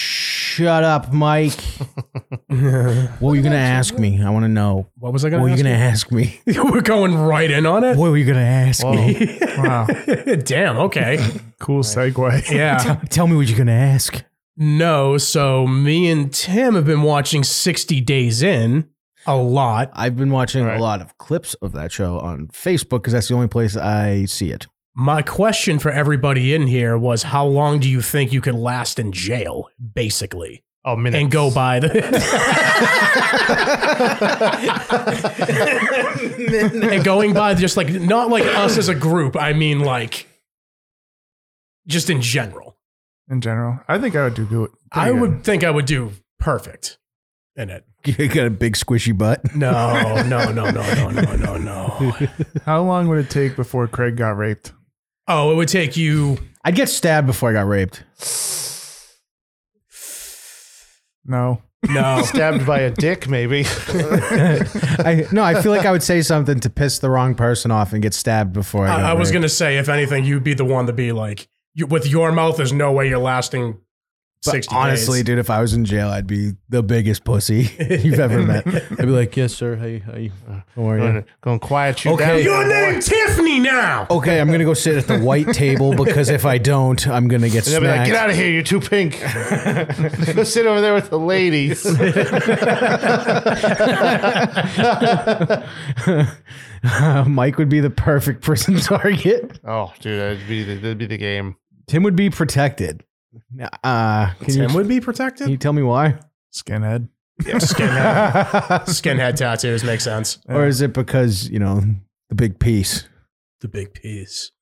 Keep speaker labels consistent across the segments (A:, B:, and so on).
A: Shut up, Mike. what were you gonna ask me? I want to know.
B: What was I
A: What
B: going
A: were
B: to
A: you
B: ask?
A: gonna ask me?
B: you? We're going right in on it.
A: What were you gonna ask me?
B: Wow. Damn. Okay.
C: Cool segue.
B: Yeah.
A: Tell me what you're gonna ask.
B: No. So me and Tim have been watching 60 Days In a lot.
A: I've been watching
C: Right.
A: a lot of clips of that show on Facebook because that's the only place I see it.
B: My question for everybody in here was how long do you think you could last in jail, basically?
C: Oh, minutes.
B: And go by the And going by just like not like us as a group, I mean like just in general.
C: in general. I think I would do good.
B: I
C: pretty
B: would think I would do perfect in it.
A: You got a big squishy butt.
B: No, no, no, no, no, no, no, no.
C: good. How long would it take before Craig got raped?
B: Oh, it would take you
A: I'd get stabbed before I got raped.
C: No.
B: no.
D: Stabbed by a dick, maybe.
A: I no, I feel like I would say something to piss the wrong person off and get stabbed before I. got
B: I, I was
A: raped.
B: gonna say, if anything, you'd be the one to be like, you, with your mouth, there's no way you're lasting
A: But
B: sixty.
A: honestly,
B: days.
A: dude, if I was in jail, I'd be the biggest pussy you've ever met. I'd be like, "Yes, sir. Hey, how you? uh, How are you?"
D: Gonna, gonna quiet you
A: Okay.
D: down.
B: your
D: boy.
B: name Tiffany now.
A: Okay, I'm gonna go sit at the white table because if I don't, I'm gonna get
D: And they'll be like,
A: smacked.
D: get out of here, you're too pink. Go sit over there with the ladies. Oh,
A: Mike would be the perfect prison target.
D: oh, dude, that'd be the, that'd be the game.
A: Tim would be protected. Uh, can, you,
B: Tim would be
A: can
B: protected.
A: you tell me why?
C: Skinhead.
B: Skinhead, skinhead tattoos make sense.
A: Or is it because you know the big piece?
B: The big piece.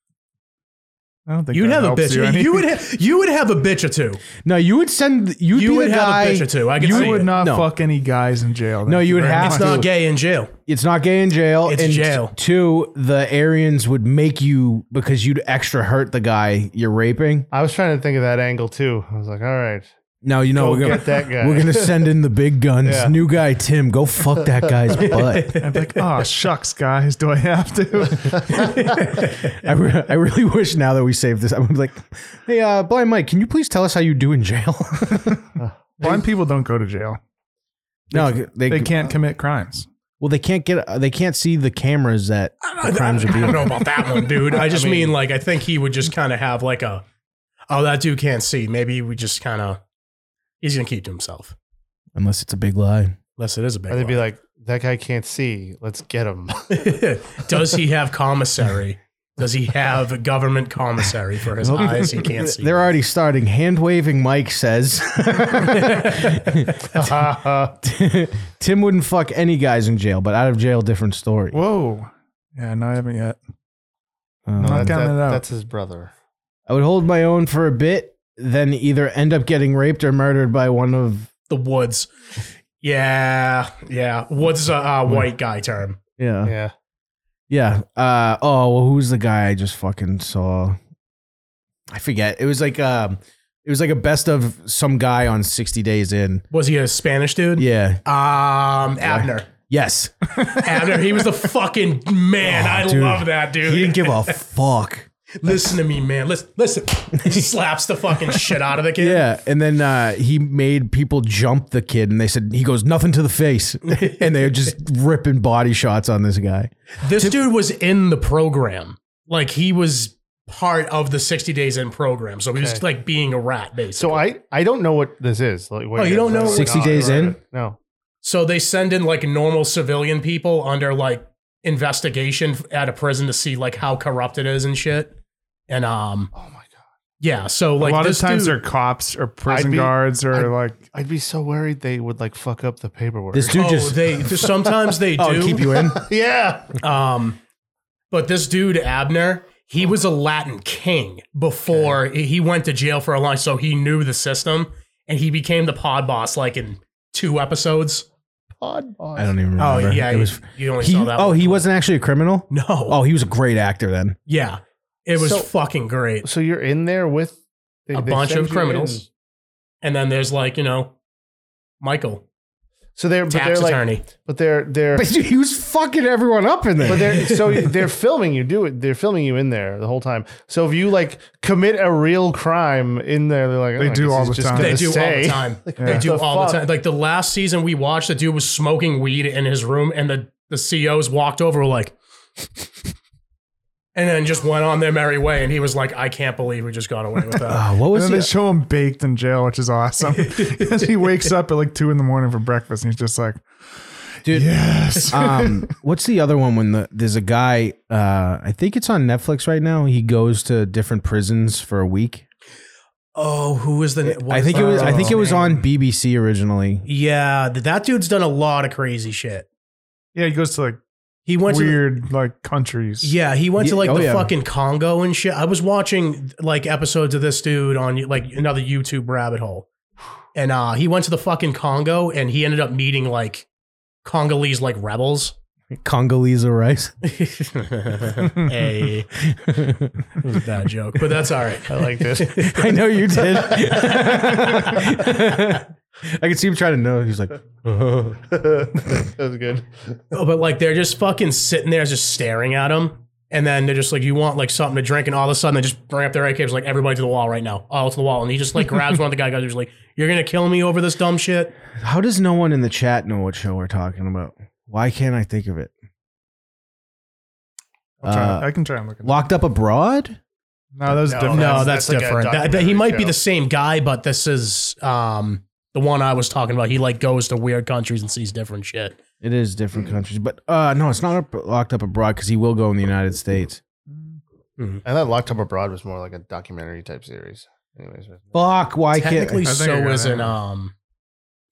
C: I don't think
B: You'd
C: that
B: have a
C: helps
B: bitch.
C: You,
B: You,
C: any.
B: would. Ha- you would have a bitch or two.
A: No, you would send. You'd
B: You
A: be
B: would
A: the
B: have
A: guy,
B: a bitch or two. I can
C: You
B: see
C: would
B: it.
C: not
A: No.
C: fuck any guys in jail.
A: No,
C: Thank
A: you would
C: very
A: have
B: It's
C: much.
A: to.
B: not gay in jail.
A: It's not gay in jail.
B: It's
A: and
B: jail.
A: t- Two, the Aryans would make you because you'd extra hurt the guy you're raping.
D: I was trying to think of that angle too. I was like, all right,
A: No, you know
D: go
A: we're gonna
D: get that guy.
A: we're gonna send in the big guns.
D: Yeah.
A: New guy Tim, go fuck that guy's butt.
C: I'd be like, oh, shucks, guys, do I have to?
A: I, re- I really wish now that we saved this. I'm like, hey, uh, blind Mike, can you please tell us how you do in jail?
C: Blind people don't go to jail.
A: no, they,
C: They can't commit crimes.
A: Well, they can't get. Uh, they can't see the cameras that the crimes are
B: I
A: being.
B: don't know about that one, dude. I just
D: I mean-
B: mean, like, I think he would just kind of have like a, oh, that dude can't see. Maybe we just kind of, he's gonna keep to himself.
A: Unless it's a big lie.
B: Unless it is a big.
D: Or they'd be
B: lie.
D: like, that guy can't see. Let's get him.
B: Does he have commissary? Does he have government commissary for his eyes? He can't see.
A: They're already starting. Hand waving. Mike says. Tim wouldn't fuck any guys in jail, but out of jail, different story.
C: Whoa. Yeah, no, I haven't yet.
A: Um,
C: No,
D: That-
C: counting
D: that-
C: it out.
D: That's his brother.
A: I would hold my own for a bit, then either end up getting raped or murdered by one of
B: the woods. Yeah, yeah. Woods a
A: Hmm.
B: uh, white guy term.
A: yeah
D: Yeah.
A: yeah. Uh, oh well, who's the guy I just fucking saw? I forget. It was like um, it was like a best of some guy on sixty days in.
B: Was he a Spanish dude?
A: Yeah.
B: Um, Abner.
A: Yes.
B: Abner. He was the fucking man.
A: Oh,
B: I
A: dude.
B: love that dude.
A: He didn't give a fuck.
B: Listen to me, man. Listen, listen. He slaps the fucking shit out of the kid.
A: Yeah, and then uh, he made people jump the kid, and they said he goes nothing to the face, and they're just ripping body shots on this guy.
B: This dude was in the program. Like he was part of the 60 days in program. So he was
D: Okay.
B: like being a rat basically.
D: So I, I don't know what this is. Like, what
B: Oh,
D: it
B: you
D: is.
B: don't
D: I
B: know-
D: know
A: 60
D: what-
A: days in?
D: No.
B: So they send in like normal civilian people under like investigation at a prison to see like how corrupt it is and shit. And um
D: Oh my god.
B: yeah, so like
C: a lot of
B: this
C: times
B: dude,
C: they're cops or prison
D: be-
C: guards or
D: I'd-
C: like
D: I'd be so worried they would like fuck up the paperwork.
A: This dude
B: oh,
A: just
B: they sometimes they do
A: oh keep you in.
D: yeah.
B: um but this dude Abner, he was a Latin king before he went to jail for a long so he knew the system and he became the pod boss like in two episodes.
D: Pod boss.
A: I don't even
B: Oh
A: remember.
B: yeah,
A: it was.
B: you, you only
A: He,
B: saw that.
A: oh,
B: one.
A: he wasn't actually a criminal.
B: no.
A: Oh, he was a great actor then.
B: yeah. It was
D: So-
B: fucking great.
D: So you're in there with they-
B: A
D: they
B: bunch
D: send
B: of
D: you
B: criminals. And then there's like, you know, Michael.
D: So they're but
B: Tax
D: they're like
B: attorney.
D: but they're they're
A: But dude, he was fucking everyone up in there.
D: but they're so they're filming you do it. They're filming you in there the whole time. So if you like commit a real crime in there, they're like
C: They
D: oh, I
C: do
D: guess
C: all
D: he's
C: the
D: just
C: time.
D: gonna
B: They do all
D: stay.
B: the time.
D: Yeah.
B: They do
D: The
B: all the
D: fuck?
B: time. Like the last season we watched, the dude was smoking weed in his room, and the the COs walked over were like, and then just went on their merry way. And he was like, "I can't believe we just got away with that."
A: Uh, what
C: And
A: was
C: then they
A: it?
C: show him baked in jail, which is awesome. he wakes up at like two in the morning for breakfast, and he's just like,
A: Dude.
C: yes."
A: um, what's the other one when the, there's a guy? Uh, I think it's on Netflix right now. He goes to different prisons for a week.
B: oh, who is the? what Oh.
A: I
B: is
A: think it
B: that
A: was. I think it was
B: name?
A: on BBC originally.
B: Yeah, th- that dude's done a lot of crazy shit.
C: yeah, he goes to like
B: He went to. the-
C: weird like countries.
B: Yeah, he went to
A: Ye-
B: like
A: oh,
B: the
A: yeah.
B: fucking Congo and shit. I was watching like episodes of this dude on like another YouTube rabbit hole. And uh he went to the fucking Congo and he ended up meeting like Congolese like rebels.
A: Congolese rice.
B: hey, it was a bad joke, but that's all right. I like this.
A: I know you did. I could see him trying to know. He's like,
D: that was good.
B: Oh, but like they're just fucking sitting there just staring at him. And then they're just like, you want like something to drink, and all of a sudden they just bring up their AKs, like everybody to the wall right now, all to the wall, and he just like grabs one of the guy guys, who's like, "You're gonna kill me over this dumb shit."
A: how does no one in the chat know what show we're talking about? Why can't I think of it?
C: I'll try-
A: Uh,
C: I can try and look. At
A: Locked up abroad?
C: no, that was
D: No,
C: different.
B: No,
D: that's- Oh, that's
B: that's,
D: like a
B: different. That, that- he
D: documentary
B: might be
D: show.
B: the same guy, but this is um, the one I was talking about. He like goes to weird countries and sees different shit.
A: It is different
B: Hmm.
A: countries, but uh, no, it's not up, locked up abroad because he will go in the United States.
D: I thought Locked Up Abroad was more like a documentary type series. Anyways,
A: Fuck! Why can't?
B: Technically,
C: I think I
B: so
C: got
B: is
C: it.
B: in um,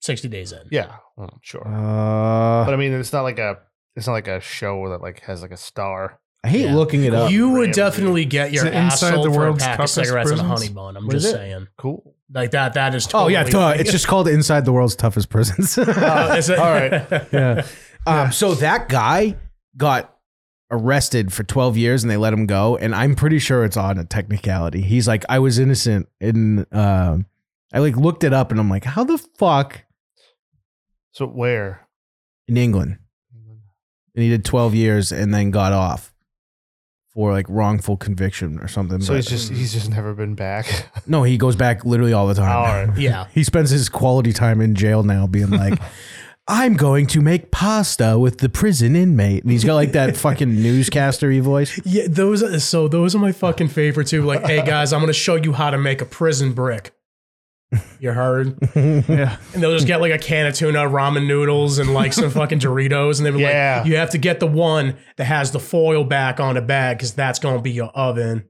B: sixty days in.
D: yeah, well, Oh, sure.
A: Uh,
D: but I mean, it's not like a it's not like a show that like has like a star.
A: I hate
B: Yeah.
A: looking it up.
B: You would
D: Randomly.
B: definitely get your
C: Is it
B: ass
C: inside
B: sold
C: the
B: for a
C: world's
B: pack of
C: toughest
B: cigaries and a honey
C: prisons?
B: bun. I'm
D: What
B: just
D: is it?
B: saying,
D: Cool.
B: like that. That is
A: oh
B: totally
A: yeah, duh. It's just called "Inside the World's Toughest Prisons."
B: Uh, is it-
D: All right.
A: yeah. Um, so that guy got arrested for 12 years and they let him go. And I'm pretty sure it's on a technicality. He's like, I was innocent. And um, I like looked it up and I'm like, how the fuck
D: So where?
A: in England? And he did 12 years and then got off for like wrongful conviction or something.
D: So
A: But-
D: he's
B: Hmm.
D: just he's just never been back.
A: no, he goes back literally all the time.
D: All right.
B: yeah.
A: He spends his quality time in jail now being like, I'm going to make pasta with the prison inmate. And he's got like that fucking newscastery voice.
B: Yeah, those. Are, so those are my fucking favorite too. Like, hey guys, I'm gonna show you how to make a prison brick. You heard?
C: Yeah,
B: And they'll just get like a can of tuna, ramen noodles, and like some fucking Doritos. And they were
D: Yeah.
B: like, you have to get the one that has the foil back on the bag because that's going to be your oven.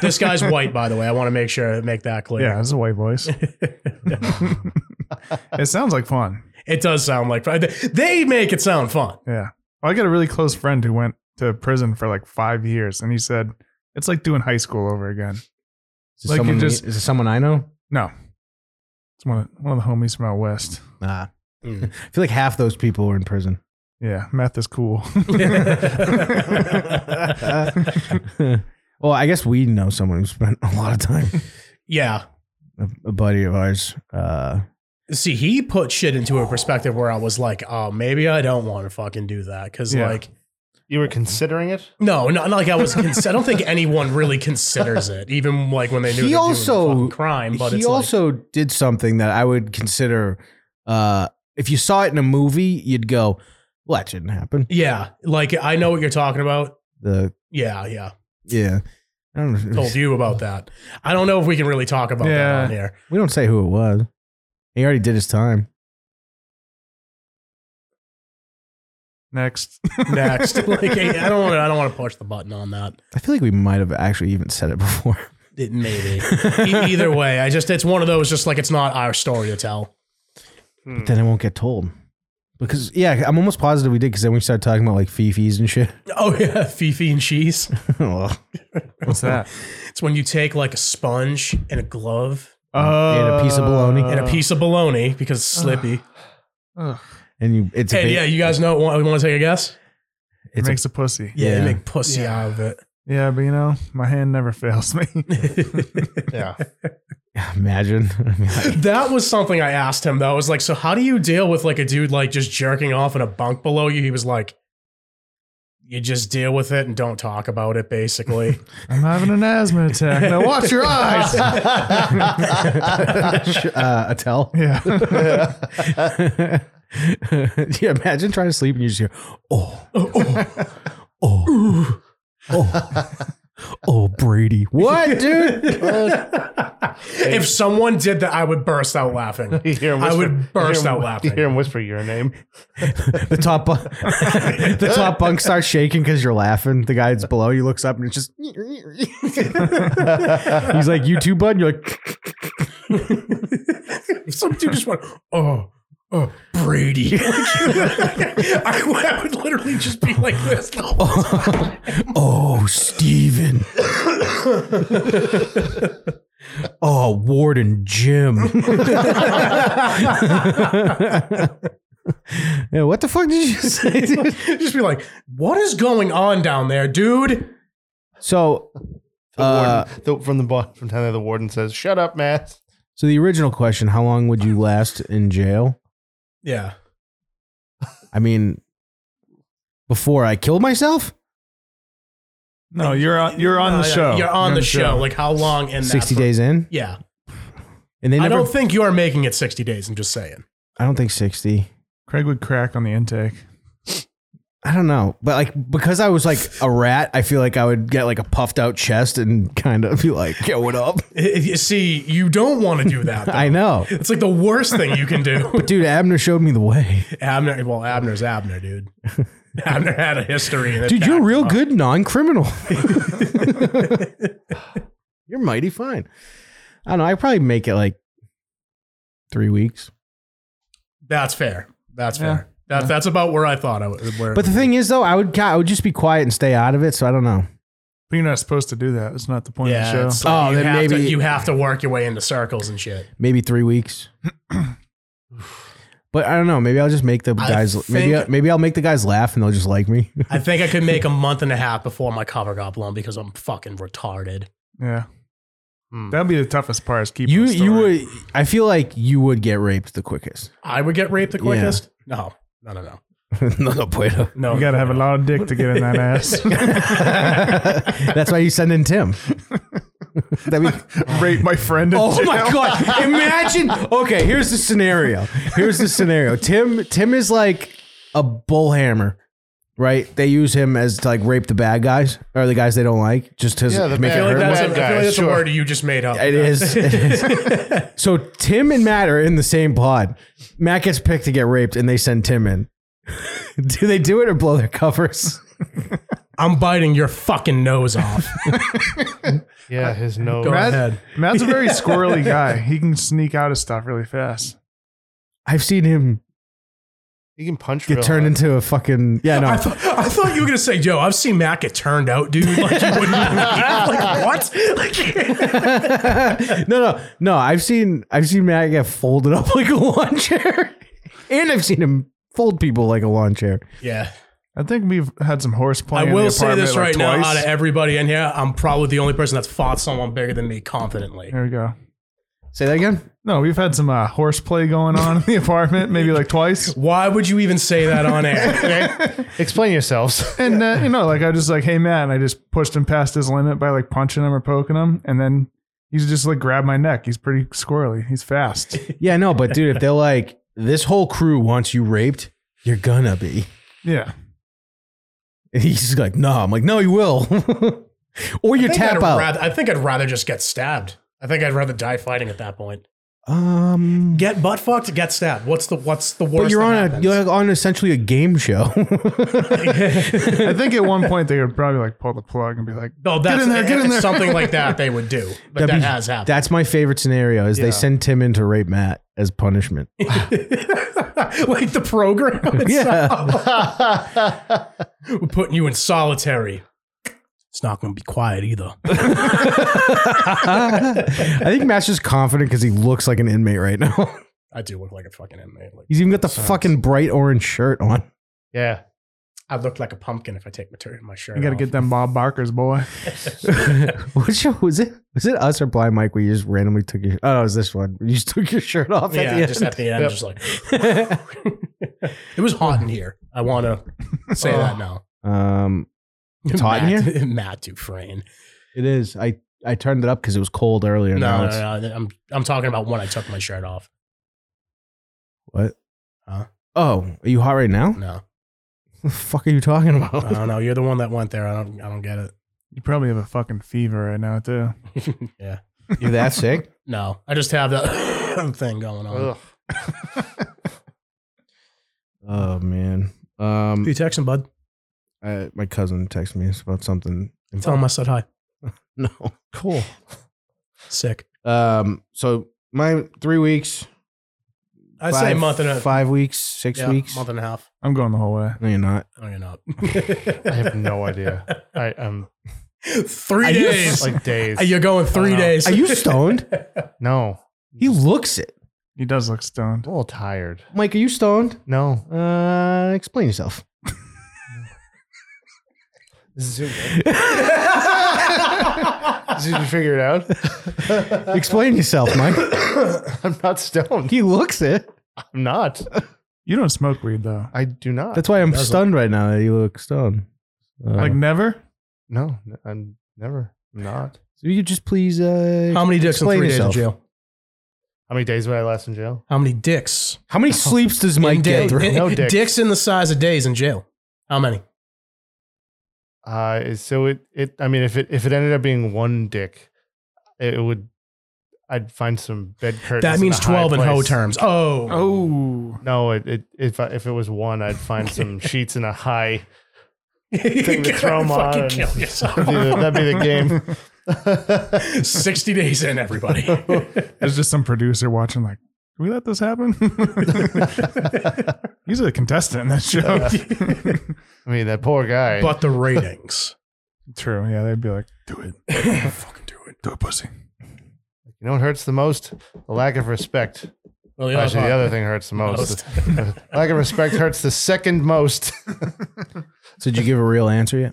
B: this guy's white, by the way. I want to make sure I make that clear.
C: yeah, it's a white voice. it sounds like fun.
B: It does sound like they make it sound fun.
C: Yeah. Well, I got a really close friend who went to prison for like five years, and he said it's like doing high school over again.
A: Is it,
C: Like you
A: someone,
C: just-
A: is it someone I know?
C: No, it's one of, one of the homies from out west.
A: Nah. I feel like half those people were in prison.
C: Yeah, meth is cool.
A: well, I guess we know someone who spent a lot of time.
B: Yeah.
A: A, a buddy of ours. Uh,
B: See, he put shit into a perspective where I was like, oh, maybe I don't want to fucking do that. Cause
C: Yeah.
B: like,
D: You were considering it?
B: no, not, not like I was. Cons- I don't think anyone really considers it, even like when they knew
A: He
B: they were doing a
A: also-
B: fucking crime. But
A: he
B: it's like-
A: also did something that I would consider. Uh, if you saw it in a movie, you'd go, "Well, that shouldn't happen."
B: Yeah, like I know what you're talking about.
A: The
B: Yeah, yeah.
A: yeah, I don't. know.
B: Told you about that. I don't know if we can really talk about that
C: Yeah.
B: on here.
A: We don't say who it was. He already did his time.
C: Next.
B: Next, like I don't, wanna- I don't want to push the button on that.
A: I feel like we might have actually even said it before.
B: It maybe. E- Either way, I just it's one of those. Just like it's not our story to tell. Hmm.
A: But then it won't get told. Because yeah, I'm almost positive we did. Because then we started talking about like fifis and shit.
B: Oh yeah, Fifi and cheese.
A: Ugh.
C: What's that?
B: It's when you take like a sponge and a glove
A: And a piece of bologna.
B: and a
C: Uh.
B: piece of bologna because it's slippy.
C: Ugh,
A: and you, it's a
B: And
A: ba-
B: yeah, you guys know. Want, want to take a guess?
C: it
A: It's a-
C: Uh, makes a, pussy.
A: Yeah.
B: you make pussy out of
C: Yeah, but you know, my hand never fails me.
B: it.
D: Yeah.
A: Imagine. I mean, like,
B: That was something I asked him though. I was like, so how do you deal with like a dude like just jerking off in a bunk below you? He was like, you just deal with it and don't talk about it, basically.
C: I'm having an asthma attack. Now watch your eyes.
A: uh, a tell.
C: Yeah.
A: yeah, imagine trying to sleep and you just hear, oh, oh, oh, oh, oh, Brady. What, dude?
B: if someone did that, I would burst out laughing.
D: You hear him
B: I
D: whisper-
B: would
D: you
B: burst
D: hear him-
B: out laughing.
D: You hear him whisper your name.
A: the top, bunk, the top bunk starts shaking because you're laughing. The guy that's below you looks up and it's just, he's like, you too, bud. And you're like,
B: Some dude just went, oh, oh, Brady. I, would, I would literally just be like this. the whole
A: oh, Steven. oh, Warden Jim. yeah, what the fuck did you say, dude?
B: just be like, what is going on down there, dude?
A: So,
D: The
A: Uh,
D: warden, the, from the bottom, from down there, the warden says, "Shut up, Matt."
A: so the original question: How long would you last in jail?
B: Yeah.
A: I mean, before I killed myself,
C: No, you're on. You're on
B: Uh,
C: the
B: yeah,
C: show.
B: You're on the show. Like how long in that
A: sixty
B: for-
A: days in,
B: Yeah.
A: and they
B: I
A: never.
B: don't think you are making it 60 days. I'm just saying.
A: think sixty.
C: Craig would crack on the intake.
A: I don't know, but like because I was like a rat, I feel like I would get like a puffed out chest and kind of be like, "Yo, what up?"
B: I- I- See, you don't want to do that. though.
A: I know,
B: It's like the worst thing you can do.
A: dude. Abner showed me the way.
B: Abner, well, Abner's Abner, dude. Abner had a history. and it
A: Dude, you're a
B: backed
A: real
B: him up.
A: good non-criminal. you're mighty fine. I don't know. I probably make it like three weeks.
B: That's fair. That's
C: Yeah.
B: fair. That, That's about where I thought I would. Where,
A: But the thing is, though, I would ca- I would just be quiet and stay out of it. So I don't know.
C: But you're not supposed to do that. It's not the point
B: yeah,
C: of the
B: it's
C: show.
B: like
A: Oh,
B: you
A: then
B: have to,
A: maybe-
B: you have to work your way into circles and shit.
A: Maybe three weeks. but I don't know. Maybe I'll just make the
B: I
A: guys. maybe
B: think-
A: I- maybe I'll make the guys laugh and they'll just like me.
B: I think I could make a month and a half before my cover got blown because I'm fucking retarded.
C: Yeah,
D: Hmm.
C: that'd be the toughest part. Is keeping
A: you
C: the
A: you
C: story.
A: would. I feel like you would get raped the quickest.
B: I would get raped the quickest. No, no, no, no,
A: no, no, Plato.
B: no.
C: You gotta have a lot of dick to get in that ass.
A: That's why you send in Tim. That'd be
C: Rape my friend. in
A: Oh my
C: jail.
A: god! Imagine. Okay, here's the scenario. Here's the scenario. Tim Tim is like a bull hammer, right? They use him as to like rape the bad guys or the guys they don't like, just to
D: Yeah, the
A: make
B: I
A: it
B: feel like
A: hurt.
D: bad-
B: that's, a, I
D: Bad
B: feel like
D: guys,
B: that's a
D: sure.
B: word you just made up.
A: It is, it is. So Tim and Matt are in the same pod. Matt gets picked to get raped, and they send Tim in. do they do it or blow their covers?
B: I'm biting your fucking nose off.
D: Yeah, his nose.
B: Go
C: Matt-
B: ahead.
C: Matt's a very squirrely guy. He can sneak out of stuff really fast.
A: I've seen him
D: He can punch.
A: get
D: real
A: turned
D: hard.
A: into a fucking yeah. No,
B: I, thought, I thought you were gonna say, "Yo, I've seen Matt get turned out, dude." Like you wouldn't. even- like what? Like,
A: no, no, no. I've seen I've seen Matt get folded up like a lawn chair, and I've seen him fold people like a lawn chair.
B: yeah.
C: I think we've had some horseplay.
B: I
C: in the
B: will say this right
C: apartment, like,
B: now: out
C: twice.
B: of everybody in here, I'm probably the only person that's fought someone bigger than me confidently.
C: There we go.
A: Say that again.
C: No, we've had some uh, horseplay going on in the apartment, maybe like twice.
B: Why would you even say that on air?
D: Explain yourselves.
C: And uh, you know, like I just like, hey man, and I just pushed him past his limit by like punching him or poking him, and then he's just like grab my neck. He's pretty squirrely. He's fast.
A: Yeah, no, but dude, if they're like this whole crew wants you raped, you're gonna be.
C: Yeah,
A: And he's just like, no. I'm like, no, you will. or you
B: I think
A: tap
B: I'd
A: out.
B: Rather, I think I'd rather just get stabbed. I think I'd rather die fighting at that point.
A: um,
B: Get butt fucked, get stabbed. What's the what's the worst?
A: but you're
B: that
A: on a
B: happens?
A: you're on essentially a game show.
C: I think at one point they would probably like pull the plug and be like,
B: No, that's
C: in there, get
B: if
C: in
B: it's
C: there.
B: something like that they would do. But that
A: That'd be-
B: has happened.
A: That's my favorite scenario. Is they send Tim in to rape Matt as punishment.
B: like the program.
A: Yeah.
B: We're putting you in solitary. It's not going to be quiet either.
A: I think Matt's just confident because he looks like an inmate right now.
B: I do look like a fucking inmate. Like,
A: He's even got the fucking bright orange shirt on.
D: yeah,
B: I look like a pumpkin if I take my, tur my shirt.
C: You got to
B: off.
C: get them Bob Barkers, boy.
A: What show was it? Was it us or Blind Mike where you just randomly took your? Oh, no, it was this one. You just took your shirt off
B: yeah,
A: at the end.
B: just at the end,
D: Yep.
B: just like it was hot in here. I want to say that now.
A: um, Oh. It's hot in
B: Matt, here. Matt Dufresne.
A: it is. I I turned it up because it was cold earlier.
B: No,
A: now
B: no,
A: it's-
B: no, no, I'm I'm talking about when I took my shirt off.
A: What?
B: Huh?
A: Oh, are you hot right now? Uh,
B: No,
A: the fuck are you talking about?
B: I don't know. You're the one that went there. I don't. I don't get
C: You probably have a fucking fever right now too.
B: it. yeah.
A: You're that sick?
B: No, I just have that thing going
D: Ugh.
B: on.
A: Oh man. Um,
B: You texting, bud?
A: I, my cousin texted me about something.
B: Tell him I said hi.
A: No.
D: Cool.
B: Sick.
A: Um. So my three weeks.
B: I say a month and a
A: Five weeks. Six
B: yeah,
A: weeks.
B: month and a half.
C: I'm going the whole way.
A: No, you're not.
B: No, you're not.
D: I have no idea. I am
B: Three
A: Are you-
B: days. uh,
D: like days.
B: You're going three
D: know.
B: days.
A: Are you stoned?
D: no,
A: he looks it.
C: He does look
D: I'm
C: stoned.
D: a little tired.
A: Mike, are you stoned?
D: No,
A: Uh, explain yourself.
D: Zoom. Did you figure it out?
A: Explain yourself, Mike.
D: I'm not stoned.
A: He looks it.
D: I'm not.
C: You don't smoke weed though.
D: I do not.
A: That's why I'm
B: Doesn't.
A: stunned right now that you look stoned. Uh,
C: Like never.
D: no, n- I'm never. I'm not.
A: so you could just please. Uh,
B: How many dicks in
A: Explain
B: three
A: yourself.
B: days in jail?
D: How many days were I last in jail?
B: How many dicks?
A: how many sleeps does
B: In
A: Mike
B: day-
A: get through?
D: No dicks.
B: in the size of days in jail. How many?
D: Uh, so it, it. I mean, if it if it ended up being one dick, it, would. I'd find some bed curtains.
B: That
D: in
B: means
D: a high
B: twelve in hoe
D: place.
B: terms. Oh,
C: Oh,
D: No, it, it if I, if it was one, I'd find some sheets in a high. Take the throw 'em on
B: fucking
D: and-
B: kill yourself.
D: That'd be the, that'd be the game.
B: Sixty days in, everybody.
C: there's just some producer watching. Like, can we let this happen? He's a contestant in that show.
D: I mean, that poor guy.
B: but the ratings.
C: True. Yeah, they'd be like, do it,
B: fucking do it.
C: do it, pussy.
D: you know what hurts the most? The lack of respect.
B: Well, the
D: Actually, the
B: part-
D: other thing hurts the most. lack of respect hurts the second most.
A: So did you give a real answer yet?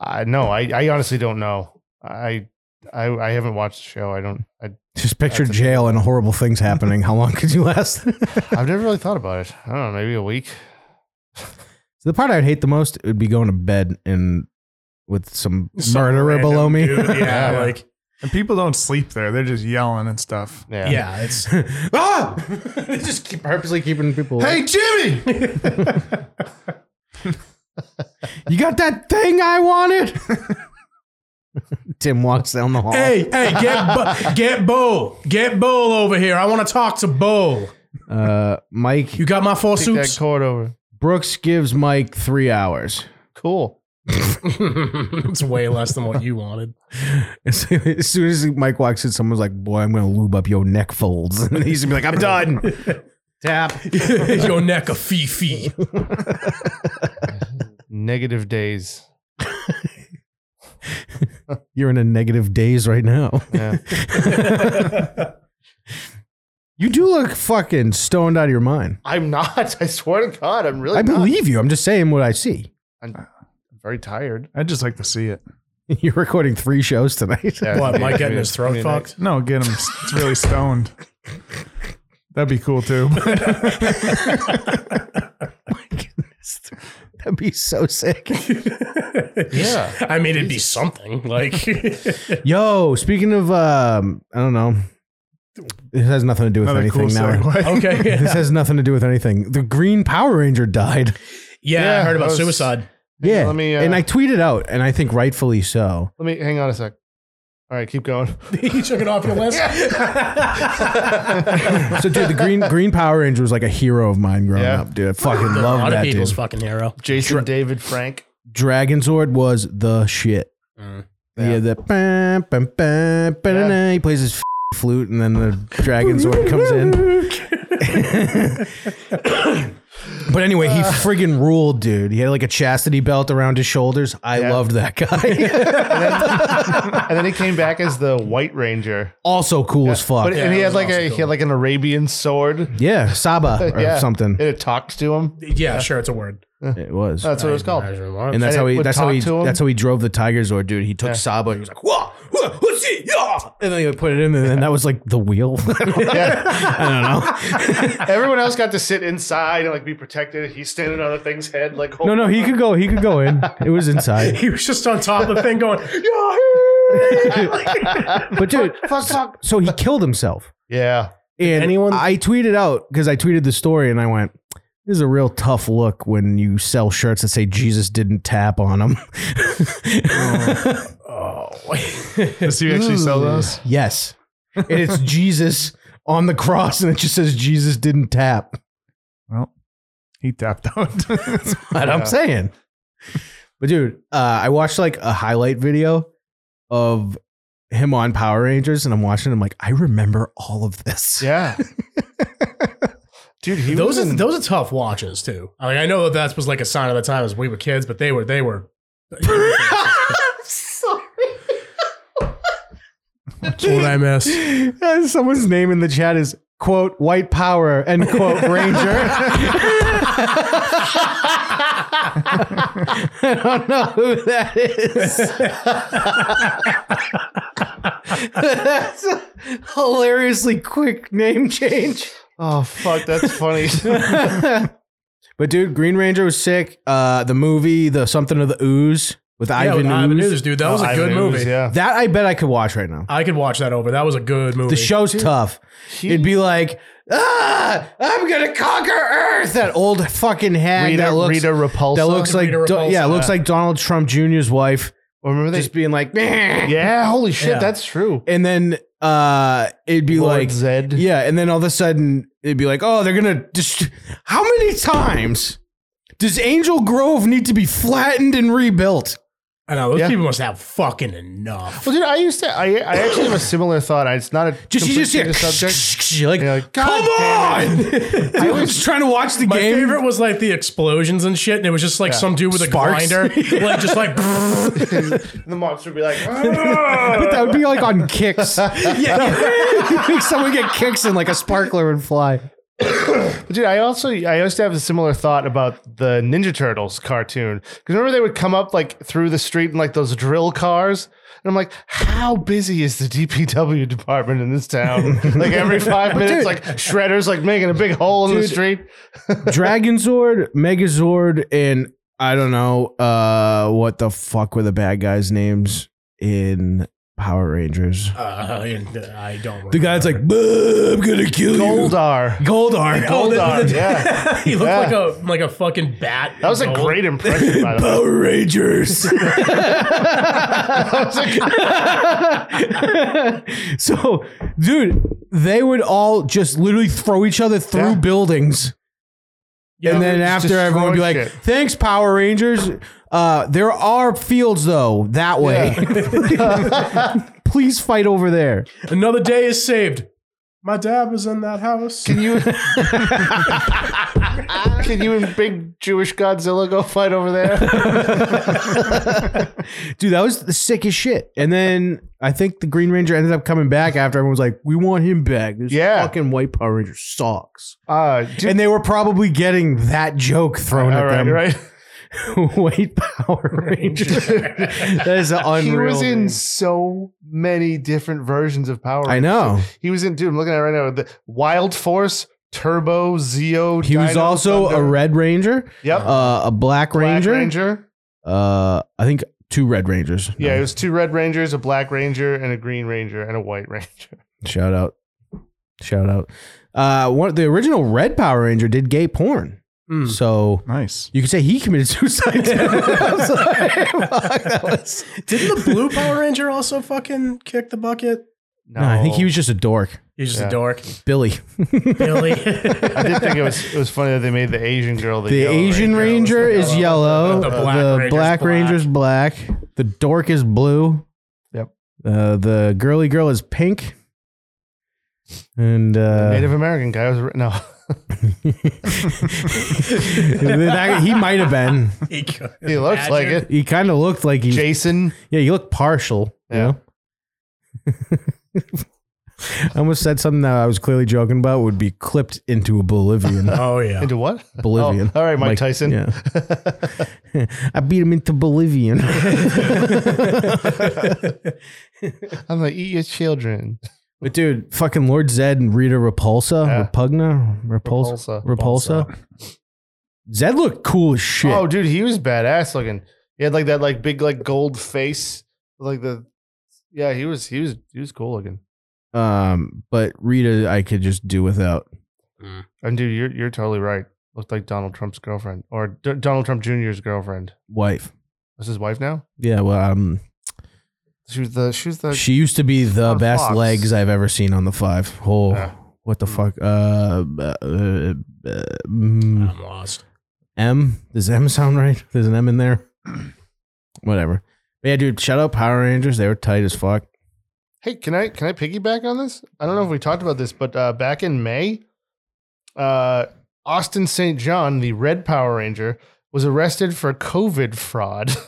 D: I no, I, I honestly don't know. I, I I haven't watched the show. I don't. I
A: Just picture
D: That's a-
A: jail and horrible things happening. How long could you last?
D: I've never really thought about it. I don't know. Maybe a week.
A: the part I'd hate the most would be going to bed and with some,
B: Some
A: murderer
B: random
A: below me.
B: dude, yeah, like
C: And people don't sleep there. They're just yelling and stuff.
D: Yeah.
B: yeah, it's
A: ah! Just keep purposely keeping people. Hey,
D: Jimmy.
A: you got that thing I wanted? Tim walks down the hall.
B: hey, hey, get Bo, get Bo, get Bo over here. I want to talk to Bo.
A: Uh, Mike
B: You got my four
D: Take that
B: suits.
D: cord over.
A: Brooks gives Mike three hours.
D: Cool.
B: it's way less than what you wanted.
A: As soon as soon as Mike walks in, someone's like, "Boy, I'm gonna lube up your neck folds," and he's gonna be like, "I'm done." Tap.
B: Your neck a fifi.
D: Negative days.
A: You're in a negative daze right now.
D: Yeah.
A: You do look fucking stoned out of your mind.
D: I'm not. I swear to God, I'm really.
A: I
D: not.
A: believe you. I'm just saying what I see.
D: I'm very tired.
C: I'd just like to see it.
A: You're recording three shows tonight.
D: Yeah,
B: What,
D: it's gonna
B: Mike getting
D: be-
B: his
D: it's
B: throat
D: gonna be
B: fucked?
C: No, get him. It's really stoned. That'd be cool too.
A: My goodness. That'd be so sick.
D: Yeah.
B: I mean, it'd be something. Like,
A: Yo, speaking of, um, I don't know. This has nothing to do with
C: Another
A: anything
C: cool
A: now.
C: segue.
B: okay,
A: This
B: yeah.
A: has nothing to do with anything. The Green Power Ranger died.
B: yeah,
D: Yeah,
B: I heard about
D: that was-
B: suicide.
D: nice.
A: Yeah.
D: Let me. Uh,
A: and I tweeted out, and I think rightfully so.
D: let me hang on a sec. All right, keep going.
B: you took it off your list.
A: So, dude, the Green Green Power Ranger was like a hero of mine growing
D: Yeah.
A: up, dude. I fucking
B: a
A: love
B: lot
A: that
B: of people's
A: dude.
B: fucking hero.
D: Jason David Frank.
A: Dragon Zord was the shit. Yeah,
D: Yeah.
A: the bam, bam, bam, ba-da-na. he plays his f- flute, and then the Dragon Zord comes in. but anyway, he friggin' ruled, dude. He had like a chastity belt around his shoulders. I
D: Yeah.
A: loved that guy.
D: and then he came back as the White Ranger.
A: also cool as fuck.
D: But and he
B: that
D: had
B: was
D: like
B: also
D: a
B: cool.
D: he had like an Arabian sword.
A: yeah, Saba or
D: Yeah.
A: something.
D: And it talks to him.
B: Yeah, sure, it's a word.
A: It was.
D: That's what it was called.
A: and
D: and
A: that's how
D: it
A: he.
D: would
A: That's how
D: talk
A: he.
D: to him?
A: That's how he drove the Tigers. Or dude, he took
D: Yeah.
A: Sabo. And he was like, wah, wah, what's it, yeah," and then he would put it in, and then that was like the wheel. I don't know.
D: Everyone else got to sit inside and like be protected. He's standing on a thing's head, like
A: No, no, he could go. He could go in. It was inside.
B: He was just on top of the thing going,
A: But dude,
D: fuck, fuck.
A: so he killed himself.
D: Yeah,
A: And
B: anyone-
A: I tweeted out because I tweeted the story, and I went, "This is a real tough look when you sell shirts that say Jesus didn't tap on them."
B: oh.
C: Does he actually sell those?
A: yes, and it's Jesus on the cross, and it just says Jesus didn't tap.
C: He tapped out.
A: But
D: Yeah.
A: I'm saying. But dude, uh, I watched like a highlight video of him on Power Rangers, and I'm watching. I'm like, I remember all of this.
D: yeah, dude. He
B: those
D: was
B: are
D: in,
B: those are tough watches too. I mean, I know that that was like a sign of the times we were kids, but they were they were.
D: sorry.
B: That's what I miss.
A: Uh, Someone's name in the chat is quote white power end quote ranger. I don't know who that is. That's a hilariously quick name change.
D: Oh fuck, that's funny.
A: but dude, Green Ranger was sick. Uh, the movie, the something of the ooze with
B: Yeah,
A: Ivan
B: with Ivan
A: Ooze.
B: Ooze, dude. That was a good
D: Ivan Ooze,
B: movie.
D: Oh, Yeah,
A: That I bet I could watch right now.
B: I could watch that over. That was a good movie.
A: The show's tough.
D: He-
A: It'd be like, ah, I'm gonna conquer Earth. That old fucking hag
D: Rita,
A: that looks
D: Rita Repulsa.
A: that looks like
B: Rita
A: Do- yeah,
B: Repulsa.
A: looks like Donald Trump Jr.'s wife,
D: Remember they?
A: just being like, "Meh."
D: yeah, holy shit,
B: Yeah.
D: that's true.
A: and then uh, it'd be
D: Lord
A: like,
D: Zed.
A: yeah, and then all of a sudden it'd be like, oh, they're gonna just. How many times does Angel Grove need to be flattened and rebuilt?
B: I know those
D: Yeah.
B: people must have fucking enough.
D: Well, dude, I used to. I, I actually have a similar thought. I- It's not a
A: Just you
D: complete
A: just hear
D: change of subject.
A: you're like,
D: And you're like,
A: come
D: "God damn
A: on! I was trying to watch the
B: My
A: game.
B: favorite was like the explosions and shit, and it was just like some dude with a
A: Sparks.
B: grinder, like just like. uh,
D: And the monster would be like, "Ah."
A: But that would be like on kicks. yeah, someone get kicks and like a sparkler would fly.
D: dude. I also I used to have a similar thought about the Ninja Turtles cartoon because remember they would come up like through the street in like those drill cars. And I'm like, how busy is the DPW department in this town? like every five minutes, like shredders like making a big hole in the street.
A: Dragon Zord, Megazord, and I don't know uh, what the fuck were the bad guys' names in Power Rangers.
B: Uh, I don't.
A: The guy's like, "Bah, I'm gonna kill
D: Goldar.
A: you. Goldar.
D: Goldar. Yeah,
B: he looked
D: Yeah.
B: like a like a fucking bat.
D: that was a great impression. By the way.
A: Power Rangers.
D: That was a good-
A: so, dude, they would all just literally throw each other through
D: Yeah.
A: buildings.
B: Yeah,
A: and then
D: just
A: after everyone would be like,
D: destroy shit.
A: thanks, Power Rangers. Uh, there are fields, though, that way. Please fight over there.
B: Another day is saved. My dad was in that house.
D: Can you Can you and big Jewish Godzilla go fight over there?
A: Dude, that was the sickest shit. And then I think the Green Ranger ended up coming back after everyone was like, we want him back. This
D: Yeah.
A: fucking white Power Ranger sucks.
D: Uh dude,
A: And they were probably getting that joke thrown
D: all
A: at
D: right,
A: them.
D: right.
A: White Power Rangers. that is an
D: He
A: unreal.
D: was in
A: name.
D: so many different versions of Power
A: I
D: Rangers.
A: know.
D: He was in dude, I'm looking at it right now. The Wild Force, Turbo, Zeo,
A: He was
D: Dino,
A: also a
D: Thunder.
A: Red Ranger,
D: Yep.
A: uh, a Black,
D: Black
A: Ranger.
D: Ranger.
A: Uh, I think two Red Rangers.
D: Yeah,
A: No.
D: it was two Red Rangers, a Black Ranger, and a Green Ranger, and a White Ranger.
A: Shout out. Shout out. Uh, one the original Red Power Ranger did gay porn,
B: Mm.
A: so
C: nice.
A: you could say he committed suicide. too. I was like, fuck, that was-
B: Didn't the blue Power Ranger also fucking kick the bucket?
D: No,
A: No, I think he was just a dork,
B: He's just
D: Yeah.
B: a dork,
A: Billy.
B: Billy.
D: I did think it was it was funny that they made the Asian girl the,
A: The
D: yellow
A: Asian Ranger
D: It was
A: is
D: the
A: yellow.
B: The
A: The
B: Black
A: Black,
B: Ranger's black.
A: Ranger's black. The dork is blue.
D: Yep.
A: Uh, the girly girl is pink. And uh,
D: oh, Native American guy was ri- no.
A: that- he might have been.
B: he could-
D: He looks like
B: Imagine.
D: it.
A: He kind of looked like he.
D: Jason.
A: yeah, he looked partial.
D: Yeah.
A: Yeah. I almost said something that I was clearly joking about would be clipped into oblivion.
B: Oh yeah.
D: Into what?
A: Bolivian.
D: Oh, all right, Mike Tyson.
A: Yeah. I beat him into Bolivian.
D: I'm gonna eat your children.
A: but dude, fucking Lord Zed and Rita Repulsa,
D: Yeah.
A: Repugna, Repulsa,
D: Repulsa.
A: Repulsa. Zed looked cool as shit.
D: Oh, dude, he was badass looking. He had like that like big like gold face, like the yeah. He was he was he was cool looking.
A: Um, but Rita, I could just do without.
D: And dude, you're you're totally right. Looked like Donald Trump's girlfriend or D- Donald Trump Jr.'s girlfriend.
A: Wife.
D: That's his wife now.
A: Yeah. Well, um,
D: She was the she was the
A: she used to be the
D: on
A: best
D: Fox. Hmm.
A: legs I've ever seen on the five. Oh,
D: Yeah.
A: what the fuck? Uh, uh, uh, uh, mm.
B: I'm lost.
A: M. Does M sound right? There's an M in there. Whatever. But yeah, dude. Shout out Power Rangers. They were tight as fuck.
D: Hey, can I can I piggyback on this? I don't know if we talked about this, but uh, back in May, uh, Austin St. John, the Red Power Ranger, was arrested for COVID fraud.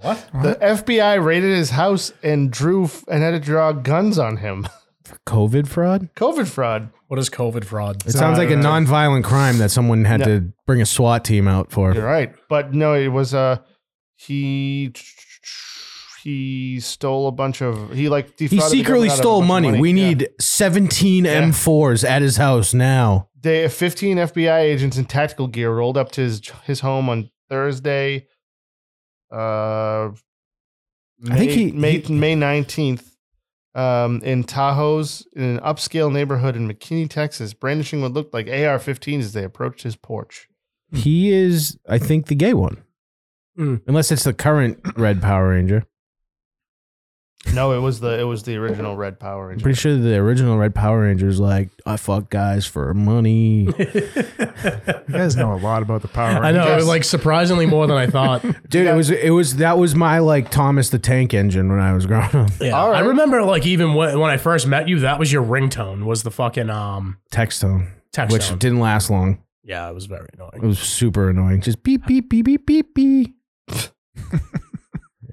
B: What?
D: the FBI raided his house and drew and had to draw guns on him.
A: COVID fraud.
D: COVID fraud.
B: What is COVID fraud?
A: It sounds like a
D: uh,
A: non-violent crime that someone had
D: No.
A: to bring a SWAT team out for.
D: You're right, but no, it was uh he he stole a bunch of he like
A: He
D: defrauded the government out
A: secretly
D: of a
A: stole
D: bunch of
A: money. We
D: Yeah.
A: need 17
D: Yeah.
A: M4s at his house now.
D: they 15 FBI agents in tactical gear rolled up to his his home on Thursday. Uh, May,
A: I think he-
D: May,
A: he-
D: May 19th um, in Tahoe's in an upscale neighborhood in McKinney, Texas, brandishing what looked like AR-15s as they approached his porch.
A: He is, I think, the gay one.
D: Hmm.
B: Mm.
A: Unless it's the current Red Power Ranger.
D: No, it was the it was the original Red Power
A: I'm
D: Ranger.
A: pretty sure the original Red Power Ranger is like, I fuck guys for money.
C: You guys know a lot about the Power
B: I know,
C: Rangers.
B: it was, like surprisingly more than I thought.
A: Dude, it was it was that was my like Thomas the Tank Engine when I was growing up.
B: Yeah.
D: All right.
B: I remember like even when, when I first met you, that was your ringtone was the fucking um
A: Text tone,
B: text
A: which
B: tone.
A: didn't last long.
B: yeah, it was very
A: It
B: annoying.
A: was super annoying. Just beep beep beep beep beep beep.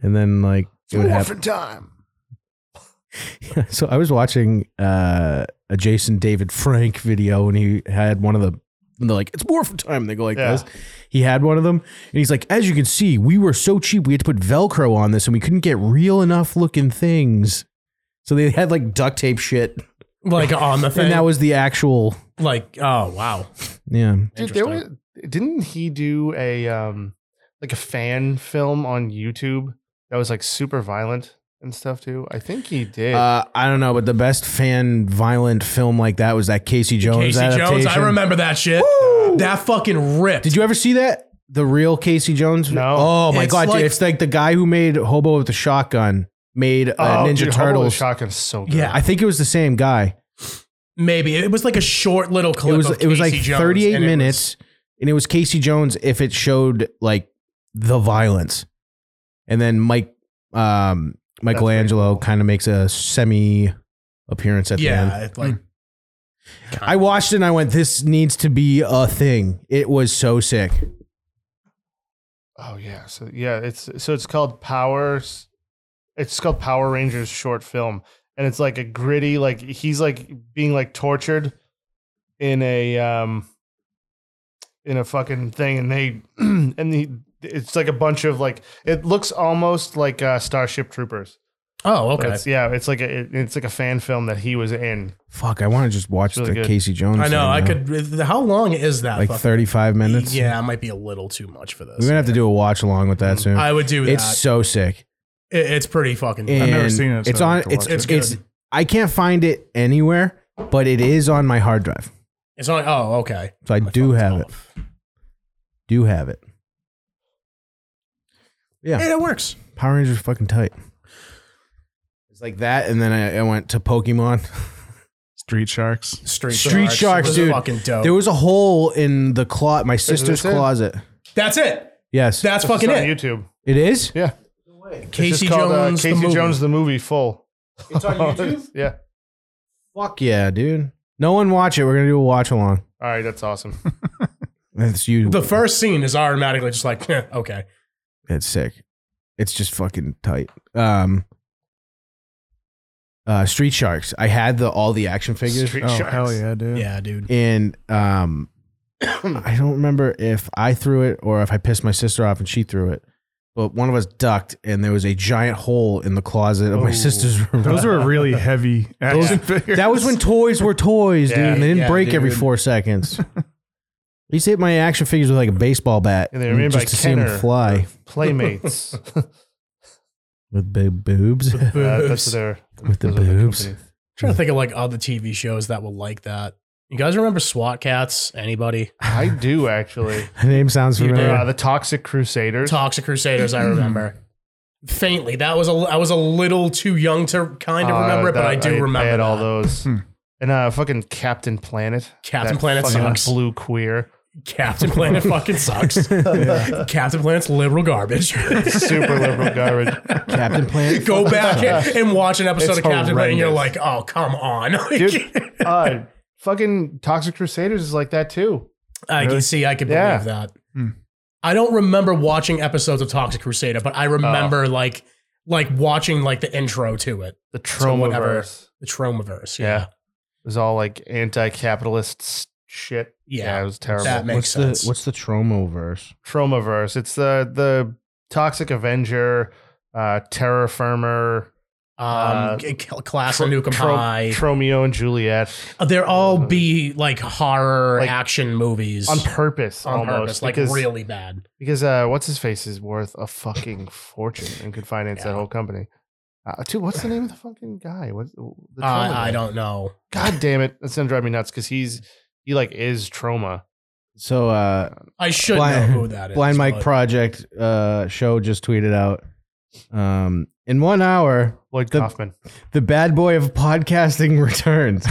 A: and then like it would happen.
D: time.
A: so I was watching uh, a Jason David Frank video, and he had one of the. And they're like, it's morphin time. They go like
D: Yeah.
A: this. He had one of them, and he's like, as you can see, we were so cheap, we had to put Velcro on this, and we couldn't get real enough looking things. So they had like duct tape shit,
B: Like on the thing.
A: and that was the actual.
B: like, oh wow.
A: Yeah,
D: Dude, there was,
B: Interesting.
D: didn't he do a um like a fan film on YouTube that was like super violent and stuff too? I think he did.
A: uh, I don't know, but the best fan violent film like that was that Casey Jones
B: Casey
A: adaptation.
B: Jones, I remember that shit. That fucking ripped.
A: Did you ever see that? The real Casey Jones?
D: No.
A: Oh my
B: It's
A: god, dude,
B: like-
A: it's like the guy who made Hobo with the Shotgun made uh, Ninja
D: Oh, dude, Hobo
A: Turtles.
D: with Shotgun's so good.
B: Yeah.
A: I think it was the same guy.
B: Maybe it was like a short little clip.
A: it was
B: of
A: it was like
B: Casey Jones, and
A: 38
B: it was-
A: minutes and it was Casey Jones if it showed like the violence. And then Mike um Michelangelo
D: cool.
A: kind of makes a semi appearance at the end.
B: yeah, it, like
A: I watched it and I went, this needs to be a thing. It was so sick.
D: Oh yeah. So yeah, it's so it's called Powers. It's called Power Rangers short film, and it's like a gritty, like he's like being like tortured in a um in a fucking thing, and they and the it's like a bunch of like it looks almost like uh, Starship Troopers.
B: oh
D: But
B: okay.
D: it's, yeah, it's like a it- it's like a fan film that he was in.
A: Fuck, I want to just watch
D: It's really
A: the
D: good.
A: Casey Jones.
B: I
A: thing
B: know. I
A: now.
B: could. How long is that?
A: like
B: fucking-
A: 35 minutes.
B: Yeah, it might be a little too much for
A: We're
B: this.
A: gonna have to do a watch along with that soon.
B: Mm, I would do that.
A: it's
B: It's,
A: so sick.
B: it's pretty fucking.
A: And
C: never seen it, so
A: It's
C: I'd
A: on.
C: have to
A: It's
C: watch
A: it's,
B: it. It's good.
A: I can't find it anywhere, but it is on my hard drive.
B: it's on. Oh, okay.
A: So I
B: My
A: do
B: phone's
A: have it.
B: off.
A: Do have it. Yeah,
B: Hey, that works.
A: Power Rangers are fucking tight. It's like that, and then I, I went to Pokemon.
C: Street Sharks.
B: Street,
A: Street Sharks,
B: was
A: dude.
B: Fucking dope.
A: There was a hole in the closet, my sister's
D: this it?
A: closet.
B: That's it.
A: Yes,
B: That's
D: It's
B: fucking
D: on
B: it.
D: YouTube.
A: it is.
D: Yeah, It's
B: Casey
D: just called, uh,
B: Jones. the
D: Casey
B: movie.
D: Jones, the movie full.
A: It's on YouTube?
D: yeah.
A: Fuck yeah, dude. No one watch it. We're gonna do a watch along.
D: All right, that's awesome.
A: It's you.
B: The first scene is automatically just like "Heh, okay.
A: It's sick. It's just fucking tight. Um, uh, Street Sharks. I had the all the action figures,
D: Street
C: Oh
D: Sharks.
C: hell yeah, dude!
B: Yeah, dude.
A: and um, I don't remember if I threw it or if I pissed my sister off and she threw it. But one of us ducked, and there was a giant hole in the closet of my
D: Oh.
A: sister's room.
C: Those were really heavy action figures.
A: That was when toys were toys, dude.
D: Yeah.
A: and they didn't
B: Yeah,
A: break every
B: dude.
A: four seconds. At least hit my action figures with like a baseball bat,
D: And they were made by
A: just to see them
D: Kenner.
A: fly
D: Playmates.
A: with big boobs.
B: With
D: Uh,
B: boobs.
D: that's their
A: With the
D: those are their
A: boobs.
D: companies.
B: trying to think of like other TV shows that were like that. You guys remember SWAT cats? Anybody?
D: I do actually.
A: Her name sounds
B: You
A: familiar.
D: Uh, the Toxic Crusaders.
B: Toxic Crusaders, I remember. Faintly. That was a I was a little too young to kind of
D: Uh,
B: remember it, but
D: that-
B: I do remember
D: I had all
B: that.
D: those.
C: Hmm.
D: And uh, fucking Captain Planet.
B: Captain
D: That
B: Planet
D: fucking
B: sucks.
D: Blue queer.
B: Captain Planet fucking sucks. Captain Planet's liberal garbage.
D: Super liberal garbage.
A: Captain Planet.
B: Go back and- and watch an episode
D: It's
B: of Captain Planet, and you're like,
D: horrendous.
B: oh, come on.
D: Dude, uh, fucking Toxic Crusaders is like that too.
B: I can see, I can believe
D: Yeah.
B: that.
C: Hmm.
B: I don't remember watching episodes of Toxic Crusader, but I remember
D: Oh.
B: like like watching like the intro to it,
D: The
B: So whatever.
D: Tromaverse.
B: the Tromaverse.
D: Yeah. It was all like anti-capitalist s- shit.
B: Yeah.
D: it was terrible.
B: That makes
A: what's
B: sense.
A: the What's the Tromo verse?
D: Tromaverse. It's the the Toxic Avenger, uh, Terra Firmer,
B: um,
D: Uh,
B: G- Class
D: Tro-
B: of Nukem
D: Tro-
B: High.
D: Tromeo and Juliet
B: Uh, They're all be like horror
D: Like-
B: action movies
D: on purpose,
B: on
D: almost
B: purpose, like
D: because,
B: really bad.
D: because uh, what's his face is worth a fucking fortune and could finance
B: Yeah.
D: that whole company. Uh, dude, what's the name of the fucking guy? What the
B: Uh,
D: Troma
B: I
D: guy?
B: don't know.
D: God damn it, that's gonna drive me nuts because he's he like is trauma.
A: So, uh,
B: I should
A: Blind-
B: know who that is.
A: Blind Mike
B: but-
A: Project uh, show just tweeted out. Um, in one hour,
D: Lloyd
A: The-
D: Kaufman.
A: the bad boy of podcasting returns.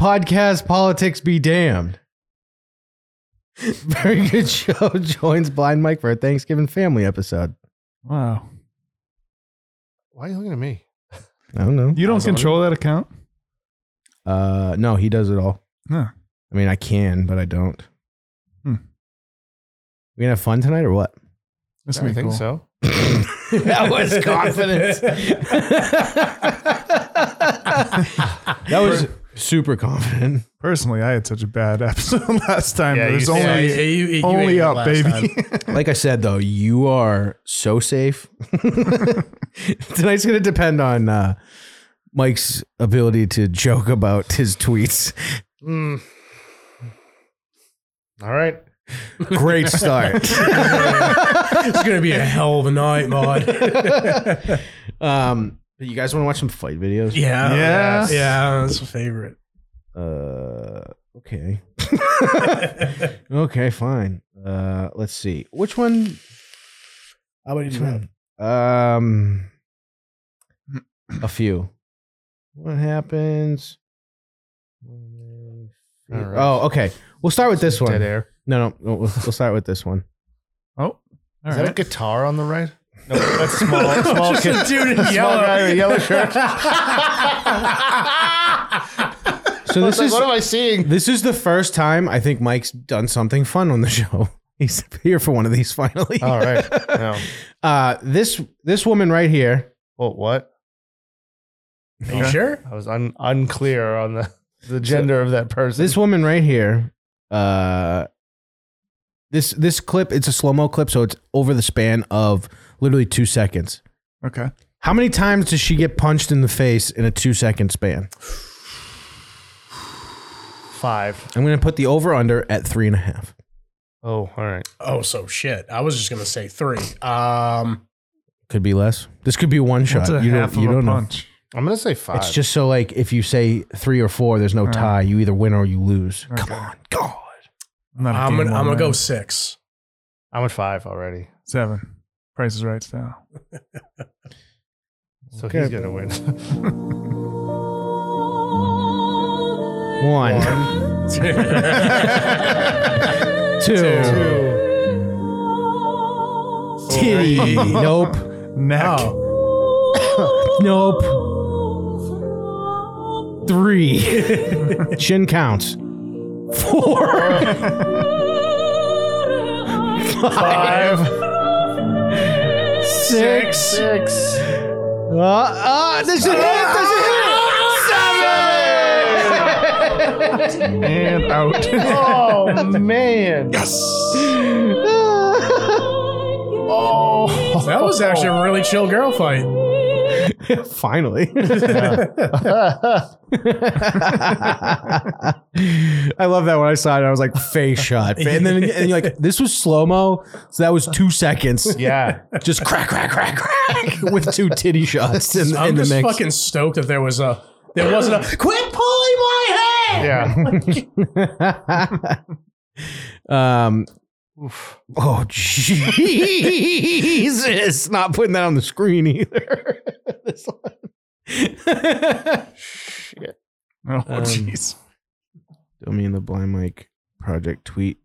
A: Podcast politics be damned. Very good show joins Blind Mike for a Thanksgiving family episode.
C: Wow,
D: Why are you looking at me?
A: I don't know.
C: you don't
D: That's all.
C: control that account.
A: Uh, no, he does it all.
C: Huh.
A: I mean, I can, but I don't.
C: Hmm.
A: We gonna have fun tonight or what?
C: That's
D: I
C: gonna be
D: think
C: cool.
D: so.
A: that was confidence. that was super confident.
C: Personally, I had such a bad episode last time.
D: Yeah,
C: it was
D: you-
C: only
B: Yeah, you- you- you ate
C: only
B: it
C: up,
B: last
C: baby.
B: time.
A: Like I said, though, you are so safe. Tonight's going to depend on uh, Mike's ability to joke about his tweets.
D: Mm. All right.
A: Great start.
B: It's gonna be a hell of a night, mod.
A: um, you guys want to watch some fight videos?
B: Yeah,
C: Yeah.
B: yeah. That's my favorite.
A: Uh, okay. okay, fine. Uh, let's see. Which one? How about
B: do
A: Um, a few. What happens?
D: All right.
A: Oh, okay. We'll start with this
D: Dead
A: one.
D: air.
A: No, no, we'll, we'll start with this one.
C: oh, all
D: Is
C: right.
D: that a guitar on the right? No, that's small. small
B: Just a
D: kid.
B: dude in
D: Small guy
B: yellow.
D: with a yellow shirt.
A: So
D: It's like,
A: this is
D: what am I seeing?
A: this is the first time I think Mike's done something fun on the show. He's here for one of these finally.
D: All right. No.
A: Uh, this this woman right here.
D: Well, what?
B: Are you sure?
D: I was un- unclear on the, the gender of that person.
A: This woman right here. Uh, this this clip. It's a slow mo clip, so it's over the span of literally two seconds.
C: okay.
A: How many times does she get punched in the face in a two second span?
D: five.
A: I'm gonna put the over under at three and a half.
D: Oh, all right.
B: Oh, so shit. I was just gonna say three. Um,
A: Could be less. This could be one shot.
C: That's a
A: you
C: half
A: don't, you
C: of a
A: don't know.
C: punch.
D: I'm gonna say five.
A: It's just so like if you say three or four, there's no
C: Uh.
A: tie. You either win or you lose. Come
C: Okay.
A: on, God.
C: I'm, not a
B: I'm
C: game
B: gonna, I'm gonna
C: one
B: go
C: man.
B: six.
D: I'm at five already.
C: seven. Price is right style.
D: So
A: Okay.
D: he's gonna win.
A: One, two,
D: Two.
A: titty. nope,
C: Neck.
B: Oh,
A: nope. Three. Chin counts. Four.
D: Five.
A: Six.
D: Six.
A: Ah, ah, this should hit. This should hit. Seven.
C: and out.
D: Oh man. Oh,
B: That was actually a really chill girl fight.
A: Finally.
D: actually.
A: I love that when I saw it, I was like, face shot. And then and you're like, this was slow mo. So that was two seconds.
D: yeah.
A: Just crack, crack, crack, crack with two titty shots in,
B: I'm
A: in the
B: just
A: mix.
B: fucking stoked that there was a there wasn't a quit pulling my head.
D: Yeah.
A: um, oh Jesus! Not putting that on the screen either. This one.
C: Oh,
A: Um,
C: jeez.
A: Don't mean the blind mic project tweet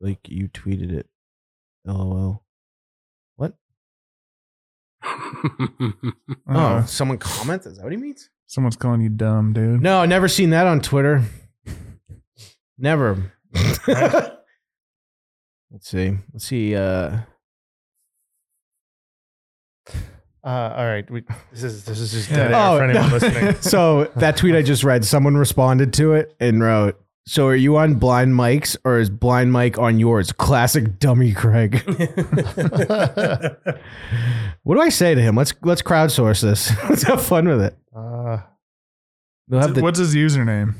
A: like you tweeted it. LOL.
C: oh,
A: Oh, someone commented. Is that what he means?
C: someone's calling you dumb, dude.
A: No, I've never seen that on Twitter. never. Let's see. Let's see. Uh,
D: Uh, all right. We, this is this is just
C: Yeah.
D: dead air
A: Oh,
D: for anyone
A: no.
D: listening.
A: so that tweet I just read, someone responded to it and wrote, "So are you on Blind Mike's or is Blind Mike on yours?" Classic dummy, Craig. what do I say to him? Let's let's crowdsource this. let's have fun with it.
D: Uh,
A: We'll have the
C: What's his username?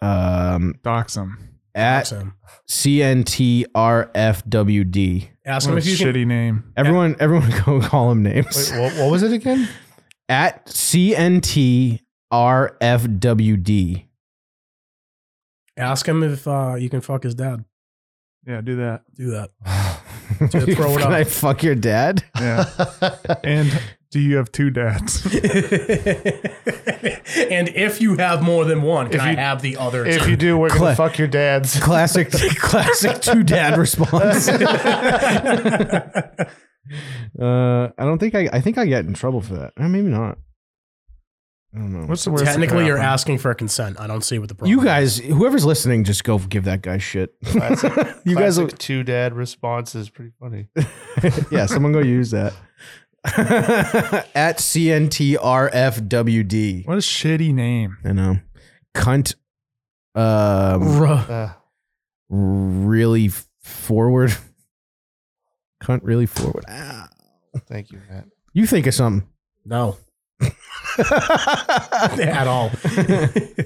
A: um
C: Dox him.
A: at CNTRFWD.
B: Ask
C: What
B: him
C: a
B: if you can.
C: shitty name.
A: Everyone, everyone, go call him names
D: wait, what, what was it again?
A: at CNTRFWD.
B: Ask him if uh, you can fuck his dad.
C: Yeah, do that.
B: Do that. Dude, throw it
A: Can
B: up.
A: I fuck your dad?
C: Yeah. and do you have two dads?
B: and if you have more than one, can
D: If
B: I
D: you-
B: have the other?
D: if
B: two?
D: you do, we're
A: Clay.
D: gonna fuck your dads.
A: Classic, classic two dad response. Uh, I don't think I. I think I get in trouble for that. Or maybe not. I don't know.
C: What's the worst? that could
B: Technically, you're
C: happen?
B: asking for consent. I don't see what the problem.
A: you guys, whoever's listening, just go give that guy shit.
D: Classic-
A: you guys,
D: Classic two dad response is pretty funny.
A: yeah, someone go use that at CNTRFWD.
C: What a shitty name.
A: I know, cunt. Um,
B: Ruh.
D: Uh,
A: really forward. Cunt really forward. Ow.
D: thank you, Matt.
A: You think of something.
B: No, at all.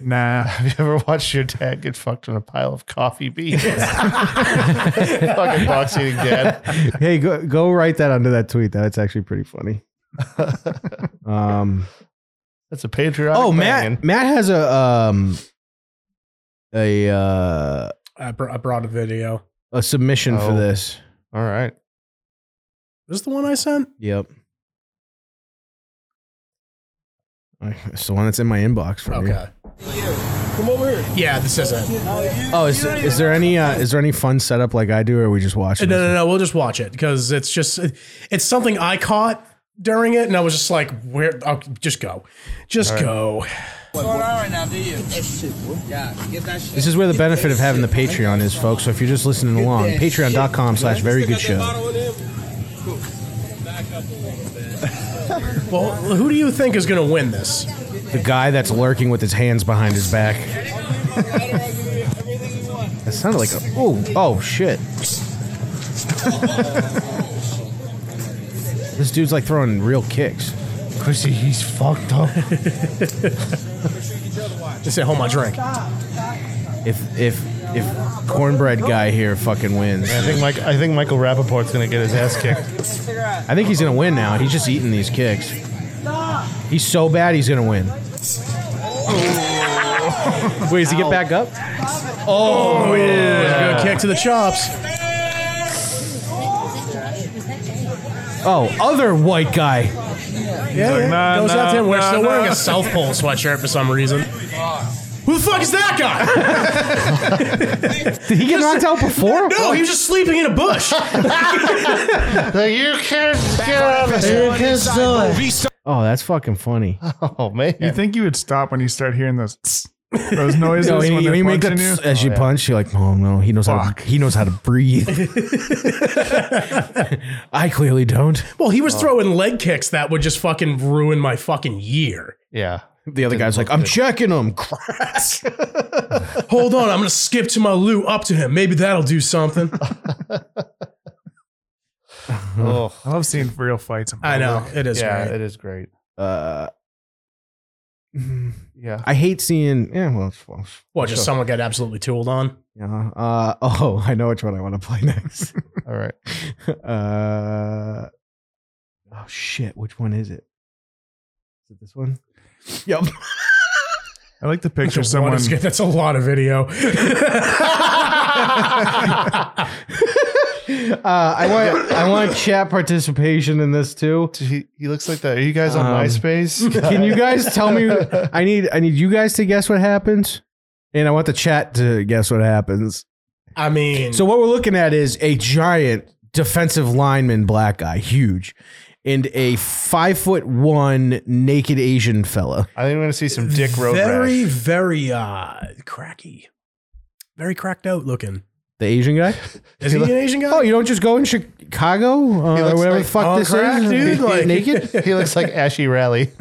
C: Nah.
D: Have you ever watched your dad get fucked on a pile of coffee beans? Fucking box eating dad.
A: hey, go go write that under that tweet. though. That's actually pretty funny. Um,
D: That's a patriotic.
A: oh,
D: banging.
A: Matt Matt has a um a uh,
B: I, br- I brought a video.
A: a submission for
D: Oh.
A: this.
D: All right.
B: This the one I sent.
A: Yep. I- It's the one that's in my inbox for me.
B: Okay. Yeah, this isn't.
A: Oh, is, is there any uh, is there any fun setup like I do, or are we just watching?
B: No,
A: this?
B: no, no. We'll just watch it because it's just it's something I caught during it, and I was just like, "Where? Oh, just go, just go."
E: going on right now, do you? Yeah, get that shit.
A: This is where the benefit of having the Patreon is, folks. So if you're just listening along, patreon.com slash very good show.
B: Well, who do you think is going to win this?
A: The guy that's lurking with his hands behind his back. That sounded like a oh oh shit. this dude's like throwing real kicks.
D: Chrissy, he's fucked up.
B: Just say, "Hold my drink."
D: Uh,
A: If if if cornbread guy here fucking wins,
D: I think Mike. I think Michael Rappaport's gonna get his ass kicked.
A: I think he's gonna win now. He's just eating these kicks. He's so bad he's gonna win. Wait, does he get back up?
B: Good kick to the chops.
A: Oh, other white guy.
B: Yeah,
C: like, nah,
B: goes out
D: uh,
C: nah,
B: to him. We're
C: nah,
B: still wearing
C: nah.
B: a South Pole sweatshirt for some reason. Who the fuck is that guy?
A: Did he get knocked out before?
B: No, he was just sleeping in a bush.
D: Like, you can't get out of here. You can't do it.
A: Oh, that's fucking funny.
D: Oh man.
C: You think you would stop when you start hearing those? tss, Those noises
A: No,
C: when
A: you,
C: they're
A: you make
C: punching
A: that
C: you.
B: uh,
A: s- as you punch, you're like, oh no, he knows
C: Fuck.
A: how to, he knows how to breathe. I clearly don't.
B: Well, he was throwing leg kicks that would just fucking ruin my fucking year.
D: Yeah.
A: The other guy's like, I'm checking him. Crash.
B: Hold on, I'm gonna skip to my loot up to him. Maybe that'll do something.
D: Oh,
C: I love seeing real fights. in
B: I know
C: public.
B: it is.
D: yeah,
B: great.
D: it is great.
A: Uh,
D: Yeah.
A: I hate seeing. Yeah, well, it's, well
B: What? Just
A: sure.
B: someone got absolutely tooled on.
A: yeah. Uh, oh, I know which one I want to play next.
D: All right.
A: uh, oh shit, which one is it? Is it this one? Yep.
C: I like to picture
B: One
C: someone.
B: is good. That's a lot of video.
A: uh, I want I want chat participation in this too.
D: He, he looks like that. Are you guys on
A: Um,
D: MySpace?
A: Can you guys tell me? I need I need you guys to guess what happens, and I want the chat to guess what happens.
B: I mean,
A: So what we're looking at is a giant defensive lineman, black guy, huge, and a five foot one naked Asian fella.
D: I think we're gonna see some dick road
B: very,
D: rash.
B: very uh, cracky, very cracked out looking.
A: The Asian guy.
B: Is he an Asian guy?
A: Oh, you don't just go in Chicago uh,
D: He
A: or
D: looks
A: whatever
D: like
A: the fuck
B: on
A: this
B: crack,
A: is,
B: dude, like-
A: naked.
D: He looks like Ashy Rally.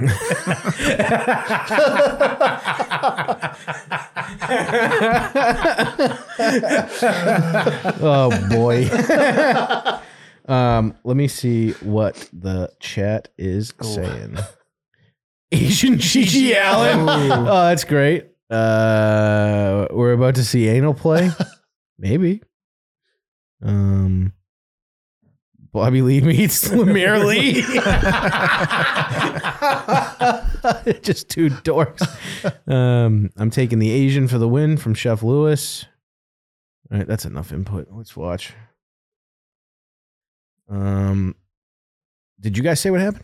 A: oh boy. um, let me see what the chat is saying. Asian Gigi Allen. oh, that's great. Uh, we're about to see anal play. Maybe. Um, Bobby Lee meets Lemire Lee. Just two dorks. Um, I'm taking the Asian for the win from Chef Lewis. All right, that's enough input. Let's watch. Um, did you guys say what happened?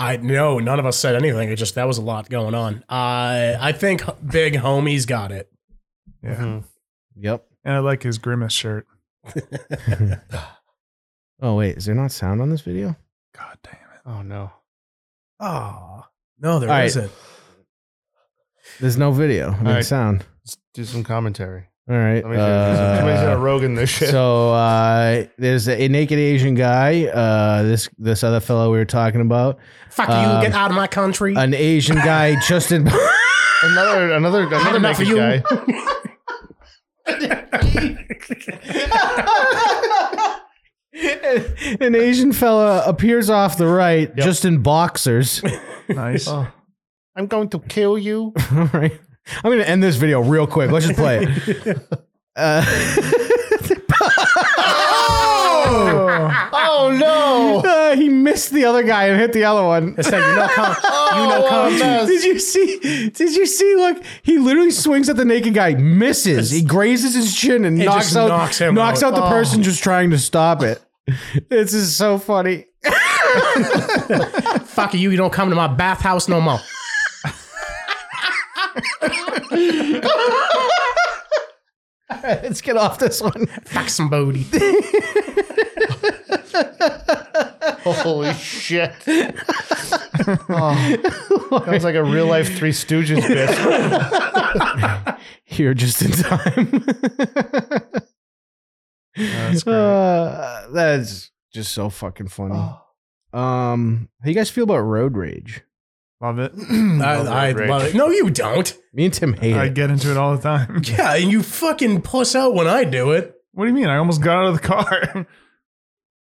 B: I no, none of us said anything. It just that was a lot going on. I I think Big Homie's got it.
C: Yeah.
A: Yep.
C: And I like his grimace shirt.
A: oh wait, is there not sound on this video?
C: God damn it.
D: Oh no.
B: Oh no, there
A: All right.
B: not
A: There's no video. I mean,
D: All right.
A: sound.
D: Let's do some commentary.
A: All right.
D: Somebody's gonna- somebody's gonna Rogan this shit.
A: Uh, so uh, there's a, a naked Asian guy. Uh, this this other fellow we were talking about,
B: Fuck
A: Um, uh,
B: you, get out of my country.
A: an Asian guy just in.
D: another another another
B: enough
D: naked
B: of you.
D: guy.
A: An Asian fella appears off the right, just in boxers.
C: Nice.
D: I'm going to kill you.
A: All right. I'm going to end this video real quick. Let's just play it. Uh,
D: Oh no!
A: uh, he missed the other guy and hit the other one.
B: I said, you know, come, you know,
D: Oh,
B: come.
D: man.
A: Did you see? Did you see? Look, he literally swings at the naked guy, misses. He grazes his chin and
B: It
A: knocks
B: just
A: out
B: knocks him
A: knocks out,
B: out.
A: the
B: Oh.
A: person just trying to stop it. This is so funny.
B: Fuck you, you don't come to my bathhouse no more.
A: Let's get off this one.
B: Fuck some booty.
D: Holy shit! Oh, sounds like a real life Three Stooges bit.
A: Here, just in time.
C: That's great.
A: Uh, that's just so fucking funny.
C: Oh.
A: Um, how you guys feel about road rage?
C: love it.
B: I, I
D: Rick.
B: love it. No, you don't.
A: Me and Tim hate
C: I
A: it.
C: get into it all the time.
B: Yeah, and you fucking puss out when I do it.
C: What do you mean? I almost got out of the car.